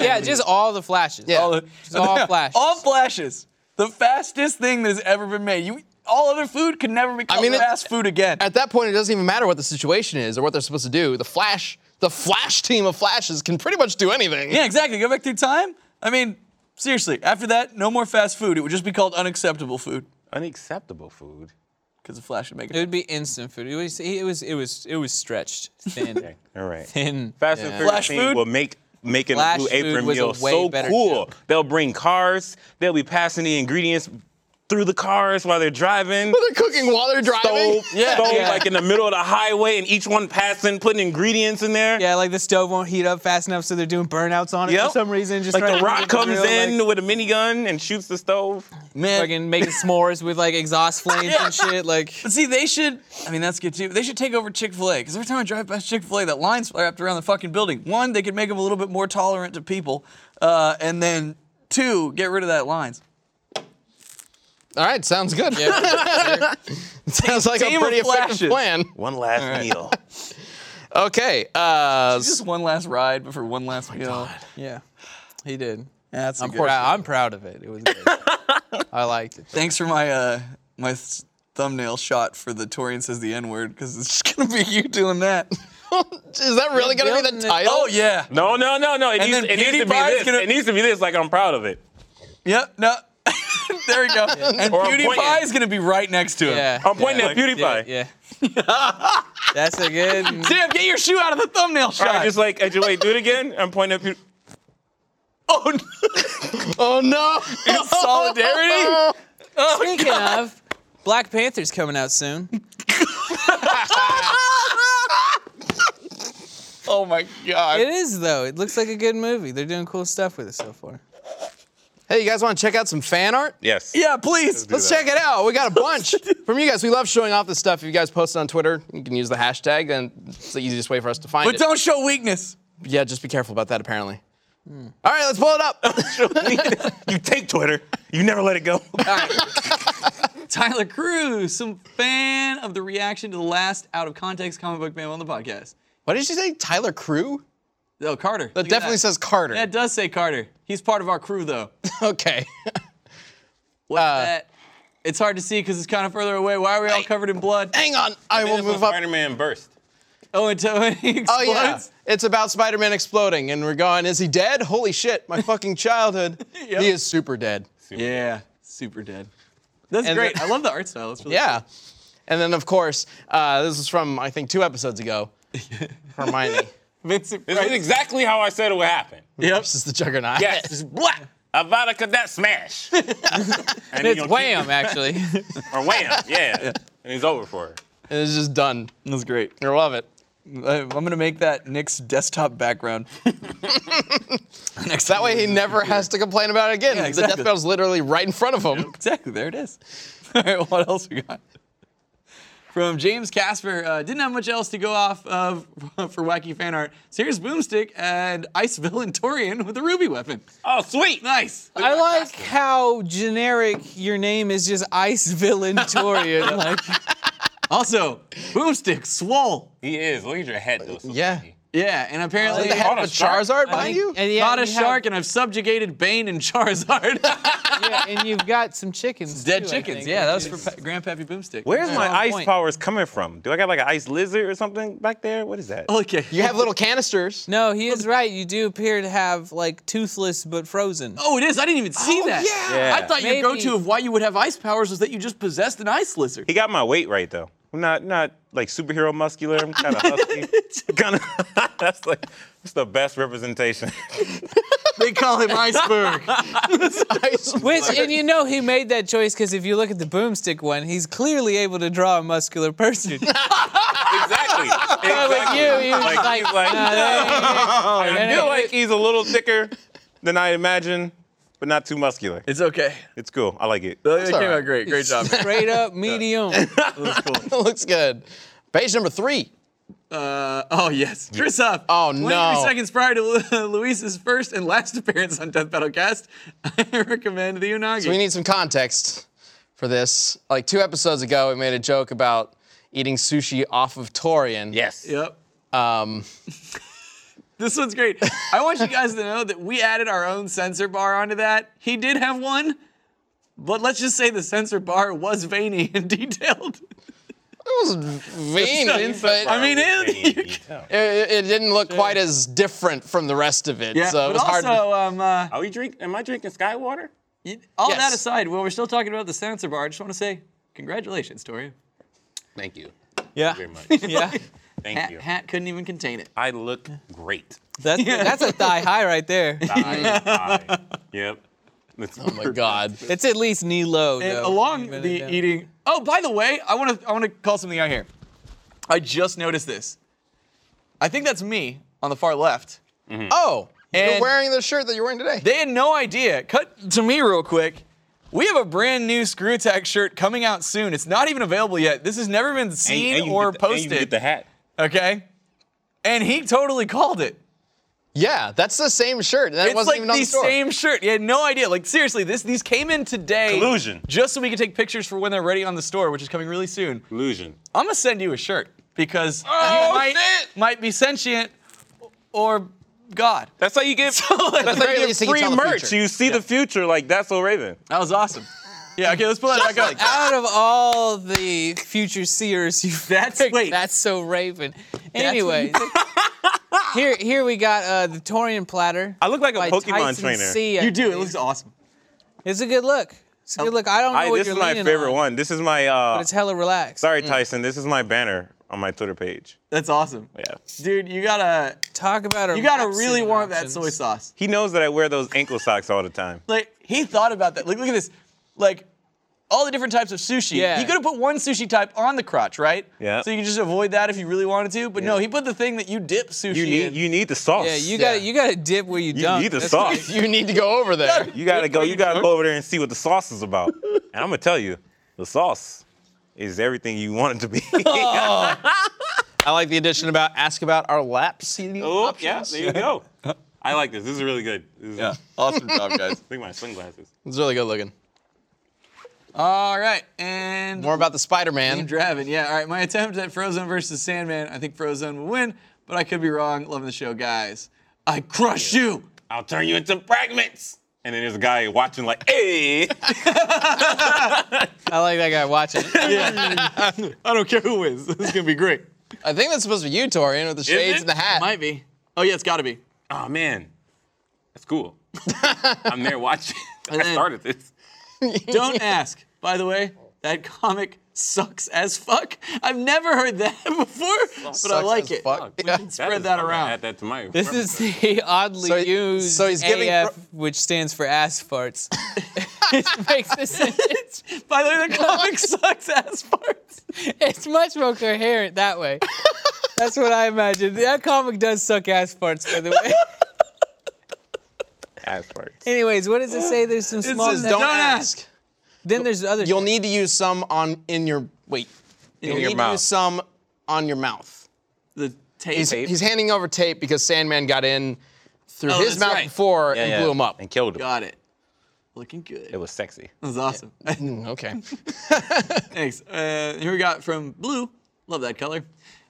[SPEAKER 2] yeah, just all the flashes.
[SPEAKER 1] Yeah.
[SPEAKER 2] All the- It's all flashes.
[SPEAKER 4] All flashes. The fastest thing that has ever been made. You all other food could never be called
[SPEAKER 1] mean, it-
[SPEAKER 4] fast food again.
[SPEAKER 1] At that point, it doesn't even matter what the situation is or what they're supposed to do. The Flash, the Flash team of Flashes can pretty much do anything.
[SPEAKER 4] yeah, exactly. Go back through time. I mean, seriously. After that, no more fast food. It would just be called unacceptable food
[SPEAKER 3] Unacceptable food.
[SPEAKER 4] because the flash would make
[SPEAKER 2] It
[SPEAKER 4] it.
[SPEAKER 2] would be instant food. It was it was it was it was stretched thin.
[SPEAKER 3] All right.
[SPEAKER 2] Thin.
[SPEAKER 3] Fast and Furious
[SPEAKER 4] Flash
[SPEAKER 3] team
[SPEAKER 4] food?
[SPEAKER 3] will make making
[SPEAKER 2] Flash
[SPEAKER 3] a blue
[SPEAKER 2] food
[SPEAKER 3] apron
[SPEAKER 2] was a
[SPEAKER 3] meal
[SPEAKER 2] way
[SPEAKER 3] so
[SPEAKER 2] better
[SPEAKER 3] cool.
[SPEAKER 2] joke.
[SPEAKER 3] They'll bring cars. They'll be passing the ingredients through the cars while they're driving.
[SPEAKER 1] They're cooking while they're driving.
[SPEAKER 3] Stove, stove
[SPEAKER 2] Yeah.
[SPEAKER 3] like in the middle of the highway, and each one passing, putting ingredients in there.
[SPEAKER 2] Yeah, like the stove won't heat up fast enough, so they're doing burnouts on it
[SPEAKER 3] Yep.
[SPEAKER 2] for some reason. Just
[SPEAKER 3] like
[SPEAKER 2] trying
[SPEAKER 3] the
[SPEAKER 2] to
[SPEAKER 3] rock
[SPEAKER 2] get
[SPEAKER 3] comes
[SPEAKER 2] grill,
[SPEAKER 3] in
[SPEAKER 2] like,
[SPEAKER 3] with a minigun and shoots the stove.
[SPEAKER 4] Man,
[SPEAKER 2] fucking making s'mores with like exhaust flames and shit. Like
[SPEAKER 4] But see, they should. I mean, that's good too. They should take over Chick Fil A because every time I drive past Chick Fil A, that line's wrapped around the fucking building. One, they could make them a little bit more tolerant to people, uh, and then two, get rid of that lines.
[SPEAKER 1] All right, sounds good.
[SPEAKER 2] yeah,
[SPEAKER 1] sounds like a
[SPEAKER 4] Team of
[SPEAKER 1] pretty effective
[SPEAKER 4] Flashes.
[SPEAKER 1] plan.
[SPEAKER 3] One last meal.
[SPEAKER 1] Okay. Uh,
[SPEAKER 4] Just one last ride, but for one last meal.
[SPEAKER 2] yeah, he did.
[SPEAKER 4] That's
[SPEAKER 2] I'm
[SPEAKER 4] a good.
[SPEAKER 2] proud. I'm proud of it. It was. Good. I liked it.
[SPEAKER 4] Thanks for my uh, my s- thumbnail shot for the Torian says the N word because it's just gonna be you doing that.
[SPEAKER 1] Is that really gonna be
[SPEAKER 2] building
[SPEAKER 1] the
[SPEAKER 2] it.
[SPEAKER 1] title?
[SPEAKER 4] Oh yeah.
[SPEAKER 3] No, no, no, no. It,
[SPEAKER 4] And
[SPEAKER 3] needs,
[SPEAKER 4] then
[SPEAKER 3] it needs to be
[SPEAKER 4] PewDiePie's
[SPEAKER 3] this.
[SPEAKER 4] gonna-
[SPEAKER 3] It needs to be this. Like I'm proud of it.
[SPEAKER 4] Yep. No. there we go. And
[SPEAKER 3] Or I'm
[SPEAKER 4] PewDiePie
[SPEAKER 3] pointing.
[SPEAKER 4] is gonna be right next to him.
[SPEAKER 2] Yeah.
[SPEAKER 3] I'm pointing at PewDiePie.
[SPEAKER 2] yeah, yeah. That's a good.
[SPEAKER 4] Damn, get your shoe out of the thumbnail shot.
[SPEAKER 3] I'm just like, Edge, wait, do it again. I'm pointing at Pew-
[SPEAKER 4] oh, no.
[SPEAKER 1] Oh no!
[SPEAKER 4] solidarity.
[SPEAKER 2] Speaking of, Black Panther's coming out soon.
[SPEAKER 4] Oh my god.
[SPEAKER 2] It is though. It looks like a good movie. They're doing cool stuff with it so far.
[SPEAKER 1] hey, you guys want to check out some fan art?
[SPEAKER 3] Yes.
[SPEAKER 4] yeah, please.
[SPEAKER 1] Let's check it out. We got a bunch from you guys. We love showing off this stuff. If you guys post it on Twitter, you can use the hashtag, and it's the easiest way for us to find
[SPEAKER 4] But
[SPEAKER 1] it.
[SPEAKER 4] don't show weakness.
[SPEAKER 1] yeah, just be careful about that. Apparently. All right, let's pull it up.
[SPEAKER 3] you take Twitter. You never let it go.
[SPEAKER 4] Tyler Crew, some fan of the reaction to the last out of context comic book man on the podcast.
[SPEAKER 1] what did she say? Tyler Crew?
[SPEAKER 4] Oh, Carter.
[SPEAKER 1] That definitely says Carter.
[SPEAKER 4] That does say Carter. He's part of our crew though.
[SPEAKER 1] okay.
[SPEAKER 4] What's
[SPEAKER 1] Uh,
[SPEAKER 4] that? It's hard to see because it's kind of further away. Why are we all covered in blood?
[SPEAKER 1] Hang on. I will move up.
[SPEAKER 3] Spider-Man burst.
[SPEAKER 4] Oh, and when he explodes.
[SPEAKER 1] Oh yeah. It's about Spider-Man exploding, and we're going. Is he dead? Holy shit! My fucking childhood.
[SPEAKER 4] Yep.
[SPEAKER 1] He is super dead.
[SPEAKER 4] Yeah, super dead. That's
[SPEAKER 1] And
[SPEAKER 4] great.
[SPEAKER 1] the-
[SPEAKER 4] I love the art style. It's really
[SPEAKER 1] Yeah. And then, of course, uh, this is from, I think, two episodes ago. Hermione.
[SPEAKER 4] cool. Vincent
[SPEAKER 3] This is
[SPEAKER 4] Price.
[SPEAKER 3] exactly how I said it would happen.
[SPEAKER 4] Yep.
[SPEAKER 1] This is the juggernaut.
[SPEAKER 3] Yes, just black. Avada Kedavra smash. and then
[SPEAKER 2] It's
[SPEAKER 3] you'll keep-
[SPEAKER 4] Um,
[SPEAKER 2] wham, actually.
[SPEAKER 3] Or wham, yeah. And he's over for it.
[SPEAKER 1] And it's just done.
[SPEAKER 4] That's great.
[SPEAKER 1] I love it.
[SPEAKER 4] I- I'm gonna make that Nick's desktop background. Next
[SPEAKER 1] That way he never has to complain about it again.
[SPEAKER 4] Yeah,
[SPEAKER 1] The
[SPEAKER 4] exactly.
[SPEAKER 1] death bell's literally right in front of him.
[SPEAKER 4] Exactly. There it is. All right. What else we got? From James Casper. Uh, didn't have much else to go off of for wacky fan art. So here's Boomstick and Ice Villain Torian with a ruby weapon.
[SPEAKER 3] Oh, sweet.
[SPEAKER 4] Nice.
[SPEAKER 2] I like how generic your name is just Ice Villain Torian. like,
[SPEAKER 4] Also, Boomstick swole.
[SPEAKER 3] He is. Look at your head, though. So
[SPEAKER 1] Yeah.
[SPEAKER 3] funny.
[SPEAKER 4] Yeah, and apparently
[SPEAKER 1] The head of
[SPEAKER 3] a
[SPEAKER 1] a
[SPEAKER 3] shark?
[SPEAKER 1] Charizard behind you?
[SPEAKER 2] and yeah,
[SPEAKER 4] not a
[SPEAKER 2] and you have-
[SPEAKER 4] shark, and I've subjugated Bane and Charizard.
[SPEAKER 2] yeah, and you've got some chickens.
[SPEAKER 4] Dead
[SPEAKER 2] too, I
[SPEAKER 4] chickens.
[SPEAKER 2] think.
[SPEAKER 4] Yeah, that was for pa- Grandpappy Boomstick.
[SPEAKER 3] Where's my
[SPEAKER 2] on
[SPEAKER 3] ice
[SPEAKER 2] point.
[SPEAKER 3] powers coming from? Do I got like an ice lizard or something back there? What is that?
[SPEAKER 4] Okay.
[SPEAKER 1] You have little canisters.
[SPEAKER 2] No, he is right. You do appear to have like toothless but frozen.
[SPEAKER 4] Oh, it is. I didn't even see that.
[SPEAKER 3] Yeah.
[SPEAKER 4] I thought your
[SPEAKER 2] Maybe.
[SPEAKER 4] go-to of why you would have ice powers was that you just possessed an ice lizard.
[SPEAKER 3] He got my weight right though. I'm not not like superhero muscular. I'm kind of husky. kind of. that's like that's the best representation.
[SPEAKER 4] they call him Iceberg.
[SPEAKER 2] Which, and you know, he made that choice because if you look at the boomstick one, he's clearly able to draw a muscular person.
[SPEAKER 3] exactly.
[SPEAKER 2] But you, you
[SPEAKER 3] Like,
[SPEAKER 2] like,
[SPEAKER 3] he's like,
[SPEAKER 2] "Nah, that
[SPEAKER 3] I
[SPEAKER 2] ain't it."
[SPEAKER 3] feel like he's a little thicker than I imagine, but not too muscular.
[SPEAKER 4] it's okay.
[SPEAKER 3] It's cool. I like it.
[SPEAKER 4] It
[SPEAKER 1] all right.
[SPEAKER 4] great. Great job. man.
[SPEAKER 2] Straight up medium.
[SPEAKER 1] Looks good. Page number three.
[SPEAKER 4] Uh, oh yes, Chris up.
[SPEAKER 1] Oh,
[SPEAKER 4] 23
[SPEAKER 1] no.
[SPEAKER 4] seconds prior to Lu- Luis's first and last appearance on Death Battle Cast, I recommend the Unagi.
[SPEAKER 1] We need some context for this. Like two episodes ago, we made a joke about eating sushi off of Torian.
[SPEAKER 3] Yes.
[SPEAKER 4] yep.
[SPEAKER 1] Um,
[SPEAKER 4] This one's great. I want you guys to know that we added our own censor bar onto that. He did have one, but let's just say the censor bar was veiny and detailed.
[SPEAKER 1] it was vain, but
[SPEAKER 4] I mean, it-
[SPEAKER 1] it, it didn't look quite as different from the rest of it. so it
[SPEAKER 4] but
[SPEAKER 1] was hard.
[SPEAKER 4] also,
[SPEAKER 1] To,
[SPEAKER 4] um, uh,
[SPEAKER 3] Are we drink? Am I drinking sky water?
[SPEAKER 4] you- all
[SPEAKER 1] Yes.
[SPEAKER 4] that aside, while we're still talking about the censor bar, I just want to say congratulations, Torian.
[SPEAKER 3] Thank you
[SPEAKER 2] Yeah.
[SPEAKER 3] very much.
[SPEAKER 2] Yeah.
[SPEAKER 3] Thank
[SPEAKER 4] Hat,
[SPEAKER 3] you.
[SPEAKER 4] hat couldn't even contain it.
[SPEAKER 3] I look great.
[SPEAKER 2] That's, that's a thigh high right there.
[SPEAKER 3] I, I, yep. That's
[SPEAKER 1] oh my god.
[SPEAKER 2] It's at least knee low.
[SPEAKER 4] And
[SPEAKER 2] though.
[SPEAKER 4] along
[SPEAKER 2] Even
[SPEAKER 4] the
[SPEAKER 2] down.
[SPEAKER 4] eating. Oh, by the way, I want to I want to call something out here. I just noticed this. I think that's me on the far left.
[SPEAKER 1] Oh, you're
[SPEAKER 4] And-
[SPEAKER 1] wearing the shirt that you're wearing today.
[SPEAKER 4] They had no idea. Cut to me real quick. We have a brand new ScrewTech shirt coming out soon. It's not even available yet. This has never been seen
[SPEAKER 3] you
[SPEAKER 4] or
[SPEAKER 3] get the- And you
[SPEAKER 4] posted.
[SPEAKER 3] get the hat.
[SPEAKER 4] okay? And he totally called it.
[SPEAKER 1] yeah, that's the same shirt. That
[SPEAKER 4] it's
[SPEAKER 1] wasn't
[SPEAKER 4] like
[SPEAKER 1] even on the, store.
[SPEAKER 4] same shirt. He had no idea. Like seriously, this these came in today.
[SPEAKER 3] Collusion.
[SPEAKER 4] Just so we could take pictures for when they're ready on the store, which is coming really soon.
[SPEAKER 3] Illusion.
[SPEAKER 4] I'm gonna send you a shirt because
[SPEAKER 3] Oh,
[SPEAKER 4] you might,
[SPEAKER 3] shit.
[SPEAKER 4] might be sentient or God.
[SPEAKER 3] That's how you get.
[SPEAKER 4] like,
[SPEAKER 3] that's how
[SPEAKER 1] At
[SPEAKER 3] you
[SPEAKER 1] least
[SPEAKER 3] get
[SPEAKER 1] you can
[SPEAKER 3] free
[SPEAKER 1] tell the
[SPEAKER 3] merch.
[SPEAKER 1] future.
[SPEAKER 3] You see the future like that's so Raven.
[SPEAKER 4] That was awesome. Yeah, okay, let's pull that back up.
[SPEAKER 2] Out of all the future seers you've
[SPEAKER 4] That's-
[SPEAKER 2] picked,
[SPEAKER 4] wait.
[SPEAKER 2] that's so Raven. Anyway, here here we got uh, the Torian platter.
[SPEAKER 3] I look like a
[SPEAKER 2] by
[SPEAKER 3] Pokemon
[SPEAKER 2] Tyson
[SPEAKER 3] trainer.
[SPEAKER 2] C, I
[SPEAKER 4] You do. It
[SPEAKER 2] believe.
[SPEAKER 4] looks awesome.
[SPEAKER 2] It's a good look. It's a good look. I don't know
[SPEAKER 3] I,
[SPEAKER 2] what
[SPEAKER 3] this
[SPEAKER 2] you're
[SPEAKER 3] is my
[SPEAKER 2] leaning
[SPEAKER 3] favorite
[SPEAKER 2] on,
[SPEAKER 3] one. This is my.
[SPEAKER 2] But
[SPEAKER 3] Uh,
[SPEAKER 2] it's mm. hella relaxed.
[SPEAKER 3] sorry, Tyson. This is my banner on my Twitter page.
[SPEAKER 4] That's awesome.
[SPEAKER 3] Yeah.
[SPEAKER 4] Dude, you gotta
[SPEAKER 2] Talk about a
[SPEAKER 4] you gotta
[SPEAKER 2] rap
[SPEAKER 4] really
[SPEAKER 2] singing
[SPEAKER 4] warm up that
[SPEAKER 2] options.
[SPEAKER 4] soy sauce.
[SPEAKER 3] He knows that I wear those ankle socks all the time.
[SPEAKER 4] Like he thought about that. Like look at this. Like all the different types of sushi.
[SPEAKER 2] Yeah.
[SPEAKER 4] He could have put one sushi type on the crotch, right?
[SPEAKER 3] Yeah.
[SPEAKER 4] So you could just avoid that if you really wanted to. But no, he put the thing that you dip sushi
[SPEAKER 3] You
[SPEAKER 4] in.
[SPEAKER 3] need you need the sauce.
[SPEAKER 2] Yeah, you got to
[SPEAKER 4] Yeah.
[SPEAKER 2] you got to dip where you,
[SPEAKER 3] You
[SPEAKER 2] dunk.
[SPEAKER 3] need the
[SPEAKER 2] That's
[SPEAKER 3] sauce.
[SPEAKER 2] what-
[SPEAKER 1] You need to go over there.
[SPEAKER 3] You gotta go. You gotta go over there and see what the sauce is about. and I'm gonna tell you, the sauce is everything you want it to be.
[SPEAKER 2] Oh,
[SPEAKER 1] I like the addition about ask about our lap seating
[SPEAKER 3] Oh, yeah,
[SPEAKER 1] options.
[SPEAKER 3] there you go. I like this. This is really good. This is,
[SPEAKER 4] yeah. Awesome job, guys.
[SPEAKER 3] Look at my sunglasses.
[SPEAKER 1] It's really good looking.
[SPEAKER 4] All right, and
[SPEAKER 1] More about the Spider-Man.
[SPEAKER 4] Team Draven, yeah. All right, my attempt at Frozone versus Sandman. I think Frozone will win, but I could be wrong. Loving the show, guys. I crush you.
[SPEAKER 3] I'll turn you into fragments. And then there's a guy watching like, hey.
[SPEAKER 2] I like that guy watching.
[SPEAKER 4] I don't care who wins. This is gonna be great.
[SPEAKER 1] I think that's supposed to be you, Torian, with the shades
[SPEAKER 3] it?
[SPEAKER 1] and the hat.
[SPEAKER 4] Might be. Oh yeah, it's gotta be.
[SPEAKER 3] oh man, that's cool. I'm there watching. I
[SPEAKER 4] then-
[SPEAKER 3] started this.
[SPEAKER 4] Don't ask. By the way, that comic sucks as fuck. I've never heard that before, but I
[SPEAKER 1] Sucks
[SPEAKER 4] like
[SPEAKER 1] as
[SPEAKER 4] it.
[SPEAKER 1] fuck. Yeah.
[SPEAKER 4] Spread
[SPEAKER 3] is-
[SPEAKER 4] that
[SPEAKER 3] I'm gonna
[SPEAKER 4] around.
[SPEAKER 3] Add that to my.
[SPEAKER 2] This is the oddly
[SPEAKER 1] So he-
[SPEAKER 2] used
[SPEAKER 1] so he's giving
[SPEAKER 2] AF,
[SPEAKER 1] Fro-
[SPEAKER 2] which stands for ass farts. It makes this sentence.
[SPEAKER 4] By the way, the comic sucks as farts.
[SPEAKER 2] It's much more coherent that way. That's what I imagine. That comic does suck ass farts, by the way.
[SPEAKER 3] ass part.
[SPEAKER 2] Anyways, what does it say? There's some small.
[SPEAKER 4] says
[SPEAKER 2] text.
[SPEAKER 4] don't
[SPEAKER 1] ask.
[SPEAKER 2] Then there's other.
[SPEAKER 1] You'll
[SPEAKER 2] shit.
[SPEAKER 1] need to use some on in your wait. You'll
[SPEAKER 3] your
[SPEAKER 1] need to
[SPEAKER 3] mouth.
[SPEAKER 1] use some on your mouth.
[SPEAKER 4] The tape.
[SPEAKER 1] He's, he's handing over tape because Sandman got in through
[SPEAKER 4] Oh,
[SPEAKER 1] his
[SPEAKER 4] that's
[SPEAKER 1] mouth
[SPEAKER 4] right.
[SPEAKER 1] before and blew him up.
[SPEAKER 3] and killed him.
[SPEAKER 4] Got it. Looking good.
[SPEAKER 3] It was sexy.
[SPEAKER 4] That was awesome.
[SPEAKER 1] Okay.
[SPEAKER 4] Thanks. Uh, here we got from Blue. Love that color.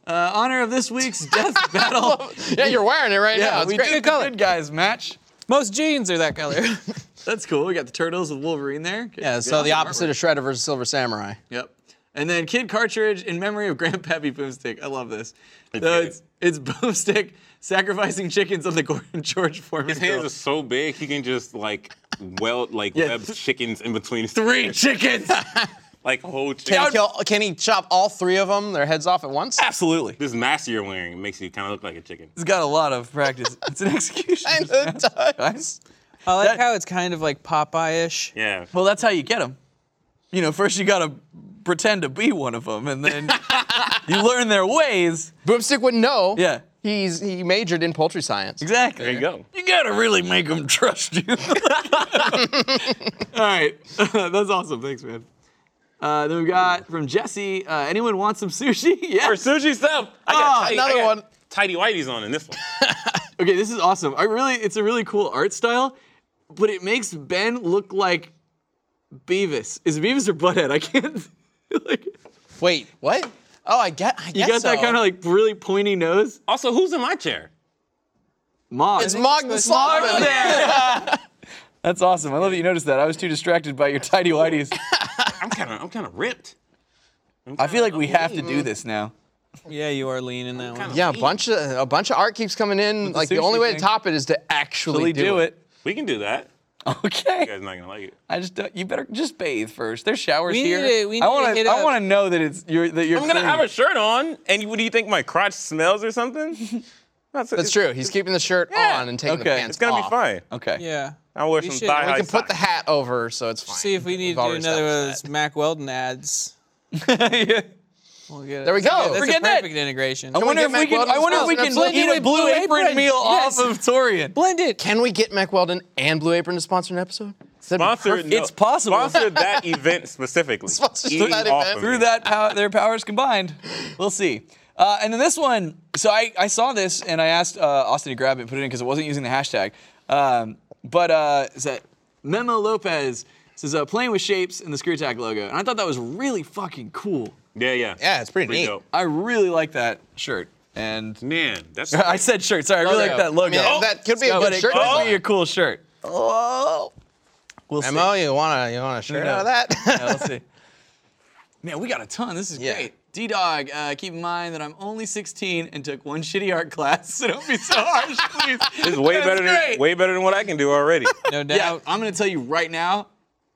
[SPEAKER 4] Uh, honor of this week's death battle.
[SPEAKER 1] yeah, you're wearing it right now. It's
[SPEAKER 4] we
[SPEAKER 1] great.
[SPEAKER 4] did the good guys match.
[SPEAKER 2] Most jeans are that color.
[SPEAKER 4] That's cool. We got the turtles with Wolverine there.
[SPEAKER 1] Yeah, so the opposite of Shredder versus Silver Samurai.
[SPEAKER 4] Yep. And then Kid Cartridge in memory of Grandpappy Boomstick. I love this.
[SPEAKER 3] It's
[SPEAKER 4] So
[SPEAKER 3] good.
[SPEAKER 4] it's, it's Boomstick sacrificing chickens on the Gordon George Foreman.
[SPEAKER 3] His hands
[SPEAKER 4] grill.
[SPEAKER 3] are so big he can just like weld like
[SPEAKER 4] Yeah.
[SPEAKER 3] web chickens in between his
[SPEAKER 4] Three chickens.
[SPEAKER 3] like whole chicken.
[SPEAKER 1] Can he, kill, can he chop all three of them, their heads off at once?
[SPEAKER 4] Absolutely.
[SPEAKER 3] This mask you're wearing makes you kind of look like a chicken.
[SPEAKER 4] It's got a lot of practice. It's an execution.
[SPEAKER 1] And the time-
[SPEAKER 4] guys.
[SPEAKER 2] I like
[SPEAKER 4] That-
[SPEAKER 2] how it's kind of like Popeye-ish.
[SPEAKER 3] Yeah.
[SPEAKER 4] Well, that's how you get them. You know, first you gotta pretend to be one of them, and then you learn their ways.
[SPEAKER 1] Boomstick would know.
[SPEAKER 4] Yeah.
[SPEAKER 1] He's he majored in poultry science.
[SPEAKER 4] Exactly.
[SPEAKER 3] There you go.
[SPEAKER 4] You gotta really make them trust you. All right, that's awesome. Thanks, man. Uh, then we got from Jesse. Uh, anyone want some sushi?
[SPEAKER 3] For
[SPEAKER 4] yes.
[SPEAKER 3] sushi stuff, I got
[SPEAKER 4] Oh,
[SPEAKER 3] tidy,
[SPEAKER 1] Ah, another
[SPEAKER 3] I got
[SPEAKER 1] one.
[SPEAKER 3] Tidy whitey's on in this one.
[SPEAKER 4] Okay, this is awesome. I really, it's a really cool art style, but it makes Ben look like Beavis. Is it Beavis or Butthead? I can't. like,
[SPEAKER 1] Wait, what? Oh, I get. I
[SPEAKER 4] you
[SPEAKER 1] guess
[SPEAKER 4] got that
[SPEAKER 1] so.
[SPEAKER 4] kind of like really pointy nose.
[SPEAKER 3] also, who's in my chair?
[SPEAKER 4] Mog.
[SPEAKER 1] It's Mog the Sloth.
[SPEAKER 4] That's awesome. I love that you noticed that. I was too distracted by your tidy whities.
[SPEAKER 3] I'm kind of I'm kind of ripped.
[SPEAKER 4] I feel like we have to do this now.
[SPEAKER 2] Yeah, you are lean in that one.
[SPEAKER 3] Kinda
[SPEAKER 1] Oh, Yeah, a
[SPEAKER 3] lean.
[SPEAKER 1] bunch of a bunch of art keeps coming in. like the
[SPEAKER 4] sushi
[SPEAKER 1] only way
[SPEAKER 4] thing.
[SPEAKER 1] to top it is to actually
[SPEAKER 4] Really do it.
[SPEAKER 3] We can do that. You
[SPEAKER 4] Okay.
[SPEAKER 3] guys not gonna like it.
[SPEAKER 4] I just don't, you better just bathe first. There's showers
[SPEAKER 2] We need
[SPEAKER 4] here.
[SPEAKER 2] to- we need
[SPEAKER 4] I
[SPEAKER 2] to
[SPEAKER 4] want
[SPEAKER 2] hit
[SPEAKER 4] I
[SPEAKER 2] up-
[SPEAKER 4] want to know that it's you're that you're.
[SPEAKER 3] I'm gonna
[SPEAKER 4] clean.
[SPEAKER 3] have a shirt on, and you, what do you think? My crotch smells or something? That's,
[SPEAKER 1] That's true. He's keeping the shirt
[SPEAKER 3] Yeah.
[SPEAKER 1] on and taking the
[SPEAKER 4] Okay.
[SPEAKER 1] pants
[SPEAKER 3] It's gonna be
[SPEAKER 1] off.
[SPEAKER 3] fine.
[SPEAKER 4] Okay.
[SPEAKER 2] Yeah.
[SPEAKER 3] I'll wear
[SPEAKER 2] We
[SPEAKER 3] some
[SPEAKER 2] should-
[SPEAKER 3] thigh
[SPEAKER 2] we
[SPEAKER 3] high.
[SPEAKER 1] We can put the
[SPEAKER 3] socks.
[SPEAKER 1] hat over, so it's fine.
[SPEAKER 2] See if we
[SPEAKER 1] We've
[SPEAKER 2] need to do
[SPEAKER 1] already
[SPEAKER 2] another one of
[SPEAKER 1] established
[SPEAKER 2] those Mac Weldon ads. We'll get it.
[SPEAKER 1] There we go.
[SPEAKER 2] That's
[SPEAKER 1] Forget
[SPEAKER 2] a perfect integration.
[SPEAKER 4] I wonder
[SPEAKER 1] get
[SPEAKER 4] if we
[SPEAKER 1] Mac
[SPEAKER 4] can. I
[SPEAKER 1] Weldon's
[SPEAKER 4] wonder if
[SPEAKER 1] house
[SPEAKER 4] we
[SPEAKER 1] and
[SPEAKER 4] can
[SPEAKER 1] blend it
[SPEAKER 4] eat a
[SPEAKER 1] with
[SPEAKER 4] blue
[SPEAKER 1] Blue
[SPEAKER 4] apron,
[SPEAKER 1] Apron.
[SPEAKER 4] meal
[SPEAKER 2] Yes.
[SPEAKER 4] off of Torian.
[SPEAKER 2] blend it.
[SPEAKER 1] Can we get Mac Weldon and Blue Apron to sponsor an episode? That'd be
[SPEAKER 3] Sponsor,
[SPEAKER 1] perfect.
[SPEAKER 3] no,
[SPEAKER 4] It's possible.
[SPEAKER 3] Sponsor that event specifically.
[SPEAKER 1] Sponsor
[SPEAKER 3] Eating
[SPEAKER 1] that
[SPEAKER 3] off
[SPEAKER 1] event.
[SPEAKER 3] of
[SPEAKER 4] through
[SPEAKER 3] it.
[SPEAKER 4] that pow- their powers combined. We'll see. Uh, and then this one, so I, I saw this and I asked uh, Austin to grab it and put it in because it wasn't using the hashtag. Um, but uh, is that Memo Lopez says uh, playing with shapes in the Screw Attack logo, and I thought that was really fucking cool.
[SPEAKER 3] Yeah, yeah.
[SPEAKER 1] Yeah, it's pretty neat.
[SPEAKER 3] dope.
[SPEAKER 4] I really like that shirt. And
[SPEAKER 3] Man, that's
[SPEAKER 4] I said shirt. Sorry, I really like that logo.
[SPEAKER 1] Man,
[SPEAKER 4] Oh.
[SPEAKER 1] that could be a
[SPEAKER 4] but
[SPEAKER 1] good
[SPEAKER 4] it
[SPEAKER 1] shirt.
[SPEAKER 4] could
[SPEAKER 1] design.
[SPEAKER 4] be a cool shirt.
[SPEAKER 1] Oh.
[SPEAKER 4] We'll
[SPEAKER 1] Mo, you wanna you wanna share out of
[SPEAKER 4] see.
[SPEAKER 1] that?
[SPEAKER 4] Yeah, we'll see. Man, we got a ton. This is
[SPEAKER 1] Yeah.
[SPEAKER 4] great. D Dog, uh, keep in mind that I'm only 16 and took one shitty art class, so don't be so harsh, please.
[SPEAKER 3] It's way
[SPEAKER 4] That's
[SPEAKER 3] better
[SPEAKER 4] great.
[SPEAKER 3] than way better than what I can do already.
[SPEAKER 2] No
[SPEAKER 4] Yeah,
[SPEAKER 2] doubt.
[SPEAKER 4] I'm gonna tell you right now,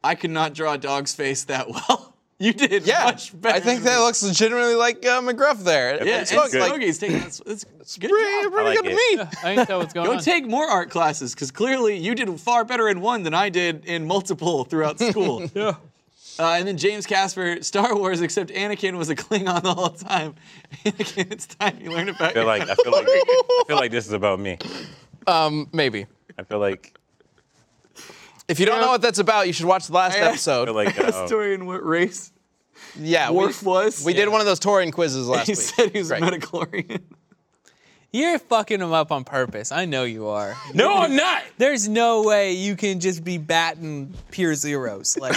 [SPEAKER 4] I could not draw a dog's face that well. You did much better.
[SPEAKER 1] I think
[SPEAKER 4] than
[SPEAKER 1] that
[SPEAKER 4] me.
[SPEAKER 1] looks legitimately like uh, McGruff there. It
[SPEAKER 3] Yeah,
[SPEAKER 1] looks
[SPEAKER 4] Yeah,
[SPEAKER 3] looks
[SPEAKER 4] and
[SPEAKER 3] good.
[SPEAKER 1] like
[SPEAKER 4] Smokey's taking that's, that's good
[SPEAKER 1] pretty,
[SPEAKER 4] job.
[SPEAKER 1] pretty
[SPEAKER 3] like
[SPEAKER 1] good
[SPEAKER 3] it.
[SPEAKER 1] to me.
[SPEAKER 2] I think that what's going
[SPEAKER 4] Go
[SPEAKER 2] on.
[SPEAKER 4] take more art classes, because clearly you did far better in one than I did in multiple throughout school. yeah. Uh, and then James Casper, Star Wars, except Anakin was a Klingon the whole time. Anakin, it's time you learn about
[SPEAKER 3] I feel
[SPEAKER 4] your
[SPEAKER 3] like I feel like I feel like this is about me.
[SPEAKER 1] Um, maybe.
[SPEAKER 3] I feel like
[SPEAKER 1] If you don't know what that's about, you should watch the last
[SPEAKER 4] Yeah.
[SPEAKER 3] I feel
[SPEAKER 1] episode.
[SPEAKER 3] like uh,
[SPEAKER 4] story and what race
[SPEAKER 1] Yeah, we,
[SPEAKER 4] Worf was.
[SPEAKER 1] we did one of those Torian quizzes last
[SPEAKER 4] He
[SPEAKER 1] week.
[SPEAKER 4] said he was
[SPEAKER 1] Right.
[SPEAKER 4] a Metachlorian.
[SPEAKER 2] You're fucking him up on purpose. I know you are.
[SPEAKER 3] no, I'm not.
[SPEAKER 2] There's no way you can just be batting pure zeros.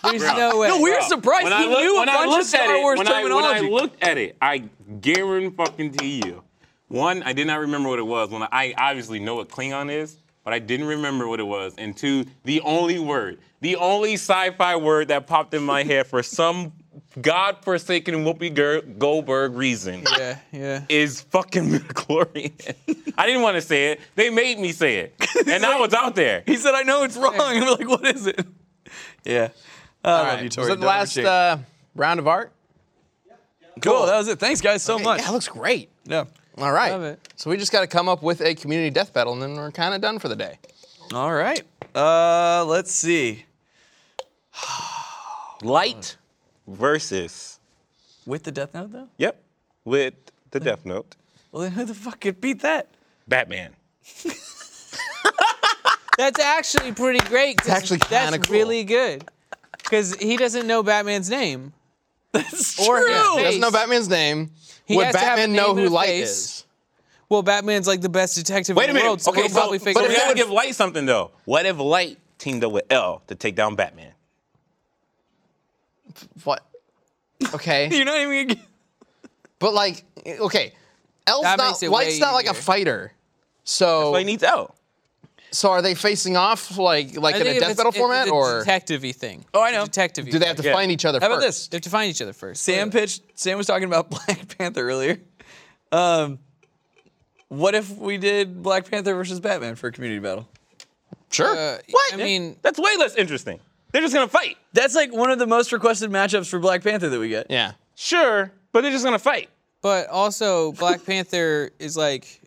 [SPEAKER 2] Like, there's no way.
[SPEAKER 4] No, we were surprised
[SPEAKER 3] When
[SPEAKER 4] he
[SPEAKER 3] I look-
[SPEAKER 4] knew a
[SPEAKER 3] when I
[SPEAKER 4] bunch of
[SPEAKER 3] looked at
[SPEAKER 4] Star
[SPEAKER 3] it-
[SPEAKER 4] Wars
[SPEAKER 3] when I-
[SPEAKER 4] terminology.
[SPEAKER 3] when I looked at it, I guarantee you. One, I did not remember what it was. When I, I obviously know what Klingon is, but I didn't remember what it was. And two, the only word, the only sci-fi word that popped in my head for some godforsaken Whoopi Ger- Goldberg reason
[SPEAKER 2] Yeah, yeah.
[SPEAKER 3] is fucking midichlorian. I didn't want to say it. They made me say it, and I was out there.
[SPEAKER 4] He said, I know it's wrong. And we're like, what is it? Yeah. I
[SPEAKER 1] All
[SPEAKER 4] love
[SPEAKER 1] right,
[SPEAKER 4] you, Tori.
[SPEAKER 1] Was that the
[SPEAKER 4] Don't
[SPEAKER 1] last
[SPEAKER 4] appreciate it.
[SPEAKER 1] uh, round of art?
[SPEAKER 4] cool, that was it. Thanks, guys, so much.
[SPEAKER 1] Yeah, it looks great.
[SPEAKER 4] Yeah.
[SPEAKER 1] All right.
[SPEAKER 2] Love it.
[SPEAKER 1] So we just got to come up with a community death battle, and then we're kind of done for the day.
[SPEAKER 4] All right. Uh, let's see.
[SPEAKER 3] Light versus.
[SPEAKER 4] With the Death Note, though?
[SPEAKER 3] Yep, with the Death Note.
[SPEAKER 4] Well, then who the fuck could beat that?
[SPEAKER 3] Batman.
[SPEAKER 2] That's actually pretty great. 'cause
[SPEAKER 1] actually
[SPEAKER 2] that's
[SPEAKER 1] kinda cool.
[SPEAKER 2] really good. Because he doesn't know Batman's name.
[SPEAKER 4] That's
[SPEAKER 2] Or his
[SPEAKER 4] true.
[SPEAKER 1] He
[SPEAKER 2] face.
[SPEAKER 1] doesn't know Batman's name.
[SPEAKER 2] He
[SPEAKER 1] Would
[SPEAKER 2] has to have a
[SPEAKER 1] Batman
[SPEAKER 2] name
[SPEAKER 1] know
[SPEAKER 2] and
[SPEAKER 1] who
[SPEAKER 2] a
[SPEAKER 1] Light
[SPEAKER 2] face.
[SPEAKER 1] is?
[SPEAKER 2] Well, Batman's like the best detective
[SPEAKER 3] Wait a
[SPEAKER 2] in the
[SPEAKER 3] minute.
[SPEAKER 2] world, so
[SPEAKER 3] okay,
[SPEAKER 2] we'll
[SPEAKER 3] so,
[SPEAKER 2] probably figure it
[SPEAKER 3] but if
[SPEAKER 2] out.
[SPEAKER 3] you would give Light something though, what if Light teamed up with L to take down Batman?
[SPEAKER 1] What? Okay.
[SPEAKER 4] You're not even gonna get-
[SPEAKER 1] but like, okay, Elf's
[SPEAKER 2] That
[SPEAKER 1] not,
[SPEAKER 2] makes it
[SPEAKER 1] Light's
[SPEAKER 2] way
[SPEAKER 1] not like a
[SPEAKER 2] easier.
[SPEAKER 1] fighter. So,
[SPEAKER 3] Light needs L.
[SPEAKER 1] so are they facing off like like
[SPEAKER 2] I
[SPEAKER 1] in
[SPEAKER 2] think
[SPEAKER 1] a
[SPEAKER 2] if
[SPEAKER 1] death
[SPEAKER 2] it's-
[SPEAKER 1] battle
[SPEAKER 2] it's a
[SPEAKER 1] format, or
[SPEAKER 2] detective-y thing.
[SPEAKER 4] Oh, I know.
[SPEAKER 2] Detective.
[SPEAKER 1] do they have to
[SPEAKER 3] Yeah.
[SPEAKER 1] find each other?
[SPEAKER 4] How about
[SPEAKER 1] first?
[SPEAKER 4] this?
[SPEAKER 2] They have to find each other first.
[SPEAKER 4] Sam pitched. Sam was talking about Black Panther earlier. Um, what if we did Black Panther versus Batman for a community battle?
[SPEAKER 1] Sure.
[SPEAKER 2] Uh,
[SPEAKER 3] What?
[SPEAKER 2] I mean,
[SPEAKER 3] That's way less interesting. They're just gonna fight.
[SPEAKER 4] That's like one of the most requested matchups for Black Panther that we get.
[SPEAKER 1] yeah.
[SPEAKER 3] Sure, but they're just gonna fight.
[SPEAKER 2] but also Black Panther is like,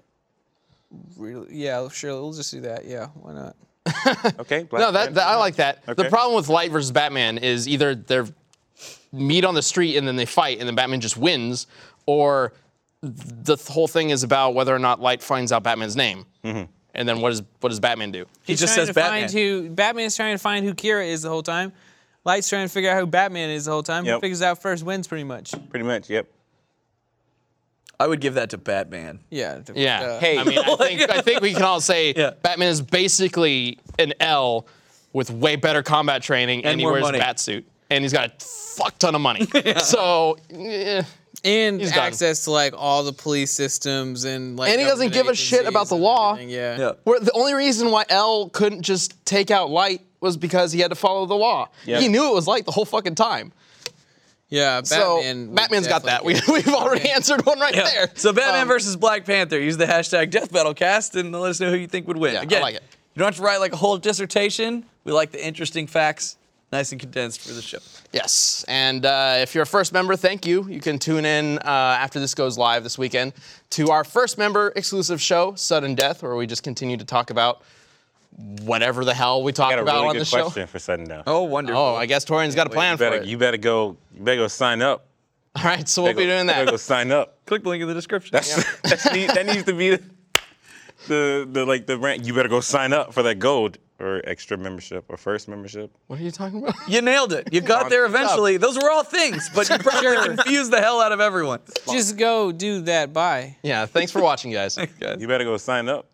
[SPEAKER 2] really, yeah, sure, we'll just do that. Yeah, why not?
[SPEAKER 3] Okay. Black
[SPEAKER 1] No, that, that I like that. The
[SPEAKER 3] Okay.
[SPEAKER 1] problem with Light versus Batman is either they're meet on the street and then they fight and then Batman just wins, or the th- whole thing is about whether or not Light finds out Batman's name. And then what does what does Batman do?
[SPEAKER 4] He just
[SPEAKER 2] trying
[SPEAKER 4] says
[SPEAKER 2] to
[SPEAKER 4] Batman.
[SPEAKER 2] Find who, Batman's trying to find who Kira is the whole time. Light's trying to figure out who Batman is the whole time. Who
[SPEAKER 3] Yep.
[SPEAKER 2] figures out first wins pretty much.
[SPEAKER 3] Pretty much. Yep.
[SPEAKER 4] I would give that to Batman.
[SPEAKER 2] Yeah.
[SPEAKER 1] Yeah.
[SPEAKER 2] uh,
[SPEAKER 1] hey. I mean, I think, I think we can all say
[SPEAKER 4] Yeah.
[SPEAKER 1] Batman is basically an L with way better combat training, and, he
[SPEAKER 4] more
[SPEAKER 1] wears
[SPEAKER 4] money.
[SPEAKER 1] a bat suit, and he's got a fuck ton of money. So, eh.
[SPEAKER 2] And
[SPEAKER 1] done.
[SPEAKER 2] access to like all the police systems and like.
[SPEAKER 1] And he doesn't
[SPEAKER 2] government
[SPEAKER 1] give a shit
[SPEAKER 2] agencies
[SPEAKER 1] about the
[SPEAKER 2] and
[SPEAKER 1] law.
[SPEAKER 2] everything, Yeah.
[SPEAKER 4] Yeah.
[SPEAKER 1] Where the only reason why L couldn't just take out Light was because he had to follow the law.
[SPEAKER 3] Yeah.
[SPEAKER 1] He knew it was Light the whole fucking time.
[SPEAKER 2] Yeah. Batman.
[SPEAKER 1] so
[SPEAKER 2] would
[SPEAKER 1] Batman's got that.
[SPEAKER 2] definitely
[SPEAKER 1] We, we've already answered one right
[SPEAKER 4] Yeah.
[SPEAKER 1] there.
[SPEAKER 4] So Batman
[SPEAKER 1] Um,
[SPEAKER 4] versus Black Panther. Use the hashtag DeathBattleCast and let us know who you think would win.
[SPEAKER 1] Yeah, I
[SPEAKER 4] Again,
[SPEAKER 1] like it.
[SPEAKER 4] you don't have to write like a whole dissertation. We like the interesting facts, nice and condensed for the show.
[SPEAKER 1] Yes. And uh, if you're a first member, thank you. You can tune in uh, after this goes live this weekend to our first member exclusive show, Sudden Death, where we just continue to talk about whatever the hell we talk
[SPEAKER 3] I got a
[SPEAKER 1] about on
[SPEAKER 3] really
[SPEAKER 1] the
[SPEAKER 3] good
[SPEAKER 1] show.
[SPEAKER 3] question for sudden now.
[SPEAKER 4] Oh, wonderful.
[SPEAKER 1] Oh, I guess Torian's got a plan
[SPEAKER 3] you
[SPEAKER 1] for
[SPEAKER 3] better,
[SPEAKER 1] it.
[SPEAKER 3] you better go. You better go sign up.
[SPEAKER 1] All right, so we'll
[SPEAKER 3] Better
[SPEAKER 1] be
[SPEAKER 3] go-
[SPEAKER 1] doing
[SPEAKER 3] Better go
[SPEAKER 1] that.
[SPEAKER 3] sign up.
[SPEAKER 4] Click the link in the description.
[SPEAKER 3] That's, that's need, that needs to be the, the the like the rant. You better go sign up for that gold or extra membership or first membership.
[SPEAKER 1] What are you talking about?
[SPEAKER 4] You nailed it. You got there eventually. Those were all things, but you probably confused the hell out of everyone.
[SPEAKER 2] Just go do that. Bye.
[SPEAKER 1] Yeah, thanks for watching, guys.
[SPEAKER 3] You better go sign up.